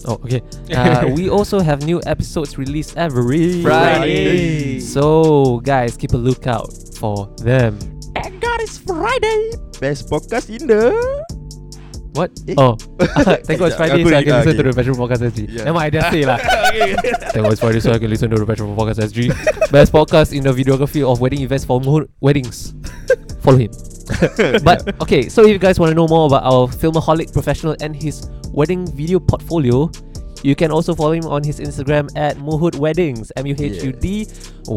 Oh okay. Uh, we also have new episodes released every
Friday.
So guys, keep a lookout for them.
Thank God it's Friday. Best podcast in the.
What?
Eh?
Oh, thank God it's Friday,
Aku
so I can
ingat,
listen to
okay.
the Bachelor Podcast SG.
Yeah.
Never mind, I just say lah. Thank God it's Friday, so I can listen to the Bachelor Podcast SG. Best podcast in the videography of wedding events for more weddings. Follow him. But okay, so if you guys want to know more about our filmaholic professional and his wedding video portfolio, you can also follow him on his Instagram at Muhud Weddings, M U H U D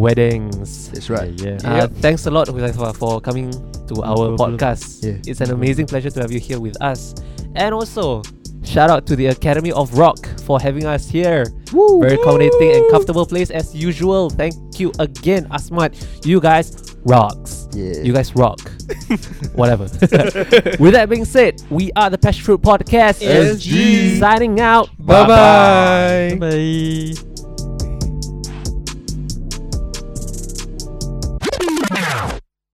Weddings.
That's
Yeah,
right.
yeah.
Uh, thanks a lot, Huzaifa, for coming to our
problem.
podcast.
Yeah.
It's an amazing pleasure to have you here with us. And also, shout out to the Academy of Rock for having us here. Very accommodating and comfortable place as usual. Thank you again, Asmat. You guys rocks.
Yeah.
You guys rock. Whatever. with that being said, we are the Passion Fruit Podcast.
SG.
Signing out.
Bye bye.
Bye.